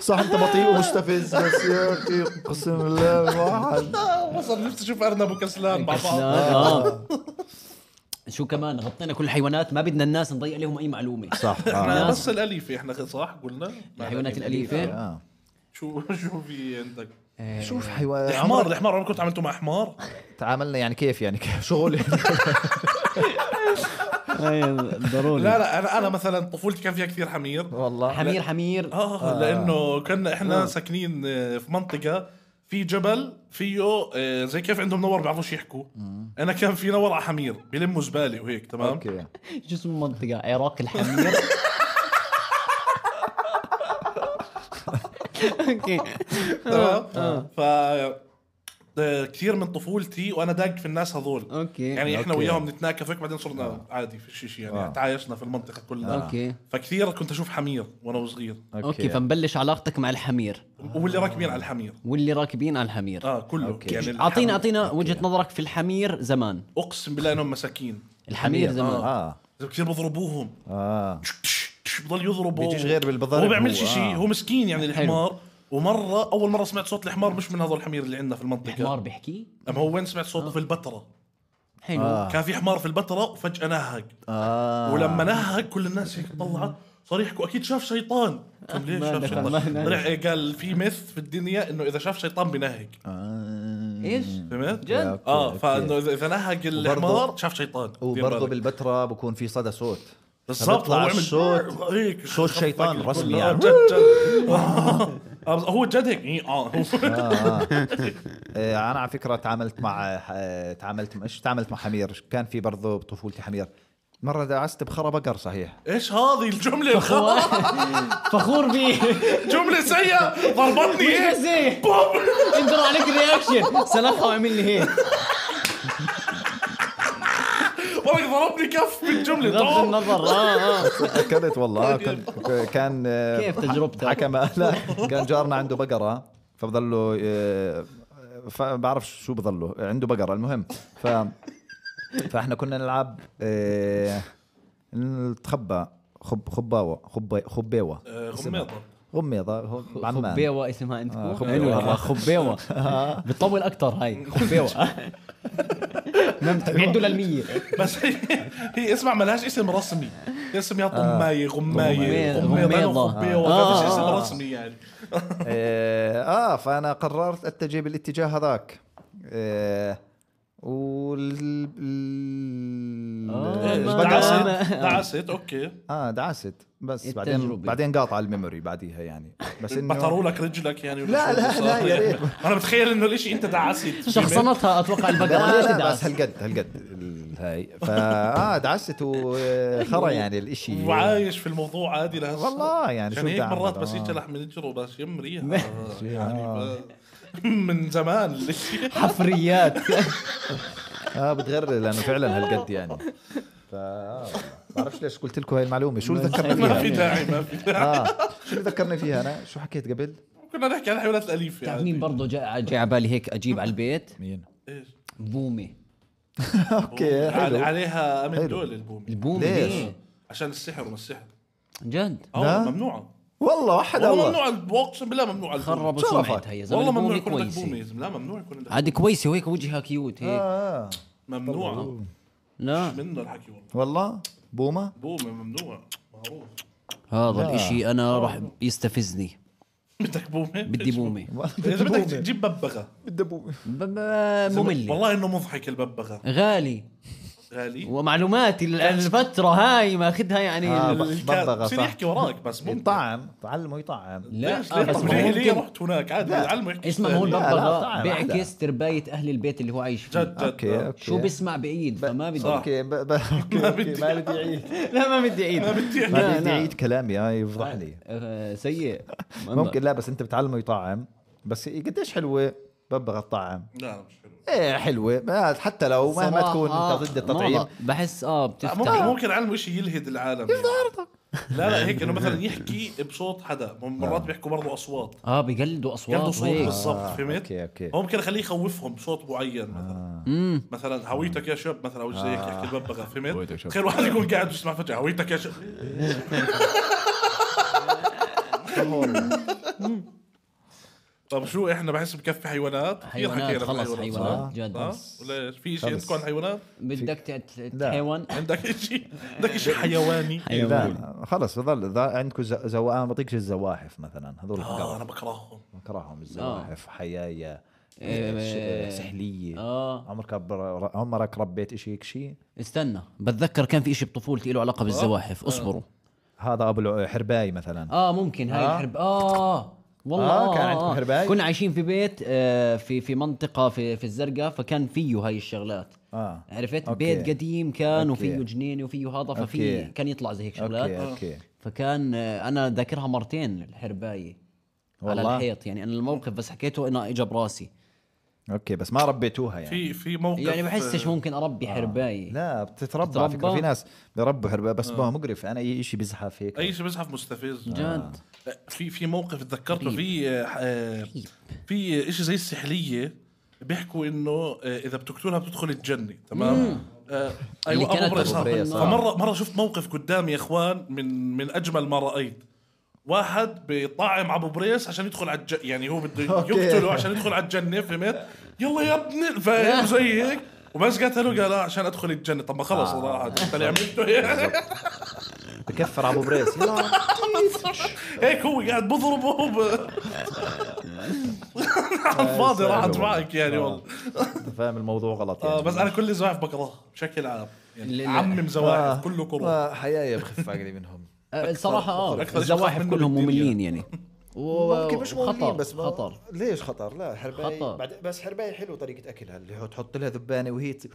صح انت بطيء ومستفز بس يا اخي قسم بالله الواحد
آه، وصل نفسي اشوف ارنب وكسلان مع بعض
آه. شو كمان غطينا كل الحيوانات ما بدنا الناس نضيع لهم اي معلومه
صح
احنا
آه.
بس الاليفه احنا صح قلنا
الحيوانات الاليفه
آه.
شو شو في عندك
شوف حيوان
الحمار الحمار عمركم تعاملتوا مع حمار
يعني تعاملنا يعني كيف يعني كيف شغل يعني
ضروري
لا لا انا انا مثلا طفولتي كان فيها كثير حمير
والله
حمير حمير
اه لانه كنا احنا ساكنين آه، في منطقه في جبل فيه آه، زي كيف عندهم نور بيعرفوش يحكوا انا كان في نور على حمير بيلموا زباله وهيك تمام
اوكي
شو اسم المنطقه عراق الحمير اوكي
تمام ف آه، كثير من طفولتي وانا داق في الناس هذول
اوكي
يعني احنا
أوكي.
وياهم نتناكف هيك بعدين صرنا عادي في شيء يعني
آه.
تعايشنا في المنطقه كلها
اوكي
فكثير كنت اشوف حمير وانا صغير
اوكي فنبلش علاقتك مع الحمير
واللي راكبين يعني على الحمير
واللي راكبين على الحمير
اه كله
أوكي.
الحمير-
اعطينا اعطينا وجهه نظرك في الحمير زمان
اقسم بالله انهم مساكين
الحمير زمان
اه
كثير بضربوهم
اه
تش- تش- تش- بضل يضربه
بيجيش غير بالبضرب
هو بيعملش
هو،
شيء
آه.
هو مسكين يعني الحمار ومره اول مره سمعت صوت الحمار مش من هذول الحمير اللي عندنا في المنطقه
حمار بيحكي
اما هو وين سمعت صوته في البتراء
حلو
آه.
كان في حمار في البتراء وفجاه نهق
اه
ولما نهق كل الناس هيك طلعت صار يحكوا اكيد شاف شيطان قلت ليش
ما
شاف
دخل، ما
شيطان
نهق.
طلع إيه، قال في مث في الدنيا انه اذا شاف شيطان بنهق
آه.
ايش
فهمت؟
جد؟
أوكي،
اه
أوكي.
فانه إذا- اذا نهق الحمار شاف شيطان دير
وبرضه
بالك.
بالبتراء بكون في صدى صوت
بالضبط
فبيطلع
هو عمل
الصوت-
هيك
صوت
خفق
شيطان
الكل.
رسمي
آه،
يعني.
جد جد آه، بس هو جد هيك إيه، اه هو
آه، انا على فكره تعاملت مع آه، تعاملت مش تعاملت مع حمير كان في برضه بطفولتي حمير مره دعست بخرا بقر صحيح
ايش هذه الجمله الخطا
فخور بيه
جمله سيئه ضربتني
وين
هيك
زين انقرا عليك رياكشن سلخها وعمل لي هيك
والله ضربني كف بالجمله
بغض
طب.
النظر اه اه
تذكرت والله آه، كان كان آه،
كيف تجربتك؟
حكم لا كان جارنا عنده بقره فبضله آه، ف- بعرف شو بضله عنده بقره المهم ف فاحنا كنا نلعب آه، نتخبى خب خباوه خب خبيوه
آه، غميضه
غميضه عمان
خبيوه اسمها عندكم حلوة
آه، خبيوة.
والله، خبيوه بتطول اكثر هاي خبيوه بيعدوا للمية
بس هي, هي اسمع ما لهاش اسم رسمي اسم يا
آه.
طمايه غمايه
غميضة.
غميضه
غميضة.
وخبيوه
آه،
ما فيش
آه،
اسم
آه.
رسمي يعني
اه آه، فانا قررت اتجه بالاتجاه هذاك آه، وال ال-
آه،
دعست
البقرة-
دعست اوكي
اه دعست بس بعدين
إيه، التجربة.
بعدين قاطع الميموري بعديها يعني بس انه
بطروا لك رجلك يعني
لا، لا،
وصار-
لا، يا ريت.
انا بتخيل انه الاشي انت دعست
شخصنتها اتوقع البقرة ليه
لا لا بس
تدعس
هالقد هالقد ال- هاي فا اه دعست وخرا يعني الاشي
وعايش في الموضوع عادي لهسه
والله يعني شو
عشان هيك
بدي أعمل؟
مرات بس
آه.
يجي لحم الجر وبس يمريها يعني ب- من زمان الاشي
حفريات
اه بتغرر لانه فعلا هالقد يعني فا آه، بعرفش ليش قلت لكم هاي المعلومه شو اللي ذكرني
ما في
فيها
داعي ما في داعي
اه شو اللي ذكرني فيها انا شو حكيت قبل
كنا نحكي عن الحيوانات الاليفه
تعرف
يعني
مين برضه جاء جاء على بالي هيك اجيب على البيت
مين
إيش؟
بومي
اوكي
على-
حلو
عليها امن
حلو.
دول البومي
البومي
ليش؟
ليه؟
عشان السحر وما السحر
جد
اه
لا.
ممنوعه
والله واحد
والله
والله
ممنوع اقسم بالله ممنوع البومي.
خربوا
شرفك.
سمعتها يا زلمه
والله ممنوع يكون
البومي
عندك
كويسه
بومي يا زلمه لا ممنوع يكون عندك
عاد كويسه وهيك وجهها كيوت هيك
آه،
ممنوع
لا
منه الحكي والله
والله بومه
بومي ممنوع معروف
هذا الاشي انا راح يستفزني
بدك بومي
بدي بومي
اذا بدك تجيب ببغاء
بدي بومه
ب- ب- ممل
والله انه مضحك الببغاء
غالي
غالي
ومعلوماتي ال- الفترة هاي ماخذها يعني
آه،
ال-
الكا-
ببغاء،
بصير
صح.
يحكي وراك بس ممتع
يطعم تعلمه يطعم
لا
ليش
آه،
ليه
بس
طب
ما
ليه ليه
ممكن
رحت هناك عادي علمه يحكي
اسمع ما هو
ثانية.
لا،
الببغاء
لا،
بيعكس ترباية أهل البيت اللي هو عايش فيه
جد جد
اوكي
اوكي
اوكي
شو بيسمع بعيد فما بدي
صح.
اوكي ب... ب... أوكي،
ما
أوكي،
بدي.
ما بدي اعيد
لا ما بدي أعيد
ما بدي أعيد.
ما
لا،
بدي
لا.
اعيد كلامي هاي يفضحني
آه، سيء
ممكن لا بس انت بتعلمه يطعم بس قديش حلوه ببغى الطعم
لا مش حلو
ايه حلوه ما حتى لو مهما
صراحة
تكون انت ضد التطعيم
ما بحس اه بتفتح
ممكن ممكن علمه شيء يلهد العالم يعني. لا لا هيك انه مثلا يحكي بصوت حدا مرات بيحكوا برضه اصوات
اه بيقلدوا اصوات
ياخذوا صوت
هيك.
بالضبط
آه،
فهمت؟
أوكي، أوكي.
هو ممكن اخليه يخوفهم بصوت معين
آه.
مثلا مثلا هويتك يا شاب مثلا او شيء هيك يحكي الببغاء فهمت؟
هويتك يا شاب.
تخيل واحد يكون قاعد بيسمع فجاه هويتك يا شاب طب طيب شو احنا بحس بكفي حيوانات كثير
حيوانات،
حكينا
خلص
بالحيوانات، صح؟
حيوانات، جد.
ها؟ وليش في شيء
خلص.
عندكم عن حيوانات؟
بدك تت-
لا.
تحيوان
عندك شيء عندك شيء حيواني
أيوة،
لا خلص بضل ذا عندكم ز- زو... انا بعطيك الزواحف مثلا هذول
اه
آه
انا بكرههم
اكرههم الزواحف حيايه
آه. إيه.
ش- سحليه
آه.
عمرك بر... عمرك ربيت شيء هيك شيء
استنى بتذكر كان في اشي بطفولتي له علاقه بالزواحف
آه.
اصبروا
هذا ابو الع- حرباي مثلا
اه ممكن هاي
آه.
الحرب اه والله
آه،
آه
كان عندكم حرباية؟
كنا عايشين في بيت آه في في منطقه في في الزرقاء فكان فيه هاي الشغلات
آه.
عرفت
أوكي.
بيت قديم كان
أوكي.
وفيه جنينه وفيه هذا ففي
أوكي.
كان يطلع زي هيك شغلات
اوكي اوكي
فكان آه، انا ذاكرها مرتين الحربايه على
والله؟
الحيط يعني انا الموقف بس حكيته انا اجى براسي
اوكي بس ما ربيتوها يعني
في في موقف آه،
يعني بحسش ممكن اربي حربايه
آه. لا بتتربى على فكره
بتتربى؟
في ناس بيربوا حرباء
آه.
بس بقى مقرف انا اي شيء بزحف هيك
اي شيء بزحف مستفز آه،
جد
في في موقف تذكرته في آه،
طيب.
في شيء زي السحليه بيحكوا انه آه، اذا بتقتلها بتدخل الجنه تمام آه،
اللي
ايوه
كانت
ابو بريس
أبو
آه.
بريس، آه.
فمره مره شفت موقف قدامي يا اخوان من من اجمل ما رايت واحد بيطعم ابو بريس عشان يدخل على الج... يعني هو بده
أوكي.
يقتله عشان يدخل على الجنه فهمت يلا يا ابني فاهم زي هيك وبس قتله قال آه، عشان ادخل الجنه طب ما خلص
آه.
صراحه انت اللي عملته هيك.
بكفر ابو بريس يلا
هيك هو قاعد بضربه ب... على
آه،
الفاضي راحت معك يعني والله
انت فاهم الموضوع غلط يعني
آه بس انا كل زواحف بكرهها بشكل عام يعني
لا، لا.
عمم زواحف كله كره
آه، حياي بخف عقلي منهم
آه، الصراحه اه
أكثر شيء بخاف
الزواحف
منه
كلهم
بالدنيا.
مملين يعني
ممكن مش
خطر
موجودين بس ما-
خطر
ليش خطر؟ لا حرباية
خطر.
بعد بس حرباية حلوة طريقة أكلها اللي هو تحط لها ذبانة وهي ت-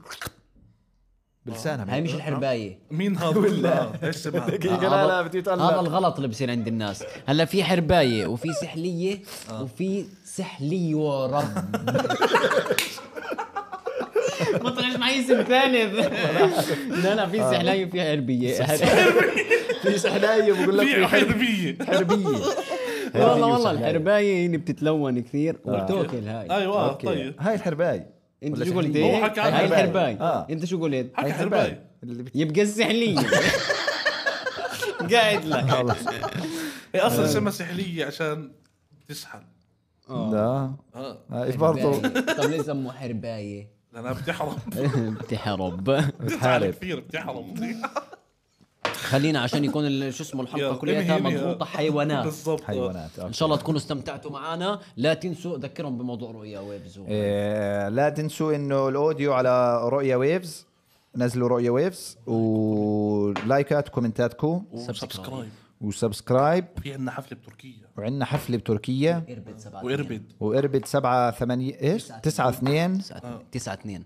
بلسانها آه،
هاي مش الحربايه
مين هذا آه، ولا ايش اسمها
دقيقة لا لا بدي أتقلب
هذا الغلط اللي بصير عند الناس هلا في حربايه وفي سحليه وفي سحلي ورب مطرش معي اسم ثالث لا لا في سحلايه وفي حربيه
في سحلاية بقول لك
في
في حرب
حربيه
حربيه والله والله الحربايه يعني بتتلون كثير وبتوكل هاي
ايوه آه،
أوكي.
طيب
هاي الحرباي
انت
ولا
شو قلت
سحلية؟
هو حكى عن
هاي
حرباية.
الحربايه
آه.
انت شو قلت
حكى
هاي
حرباي
اللي بت-
يبقى السحليه قاعد لك
هي اصلا
آه.
اسمها سحليه عشان تسحل
لا
اه
هاي برضه
طب طيب، ليه سموه حربايه
لانها بتحرم
بتحرب
بتعلم
بتحارب أمم.
كثير بتحرم
خلينا عشان يكون ال- شو اسمه
يلا،
الحلقه كلها
انهي- انهي.
مضغوطه حيوانات
إيه، بالضبط آه.
حيوانات
ان
أوكي.
شاء الله تكونوا استمتعتوا معنا لا تنسوا ذكرهم بموضوع رؤيا ويبز و-
إيه، لا تنسوا انه الاوديو على رؤيا ويفز نزلوا رؤيا ويفز ولايكات وكومنتاتكم
وسبسكرايب
وسبسكرايب
في عندنا حفله بتركيا
وعندنا حفله بتركيا
اربد سبعة
واربد
واربد 7 8 ايش 9 2
آه.
تسعة- تسعة اثنين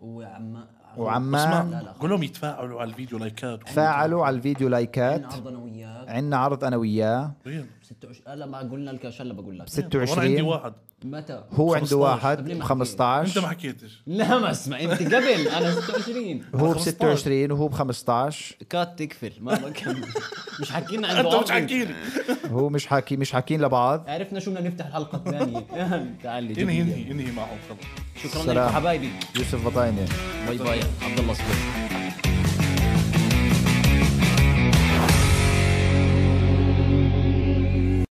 وعما
وعمان
اسمع قول لهم يتفاعلوا على الفيديو لايكات
تفاعلوا على الفيديو لايكات
عرض انا وياك
عندنا عرض انا وياه
وين
26 لا ما قلنا لك عشان لا بقول لك
وانا عندي
26
واحد
متى
هو عنده
15.
واحد
طب ليه ما
ب
انت ما
15
حكيتش
لا ما اسمع انت قبل انا 26
هو ب
15.
26 وهو ب 15
كات تقفل ما بكمل مش حكينا عنده
انت مش
عرض.
حكيني
هو مش حاكي مش حاكين لبعض
عرفنا شو بدنا نفتح الحلقه الثانيه تعال لي
انهي
جديد.
انهي انهي معهم خلص
شكرا لك
سلام.
حبايبي
يوسف بطاينه
باي باي عبد الله صبري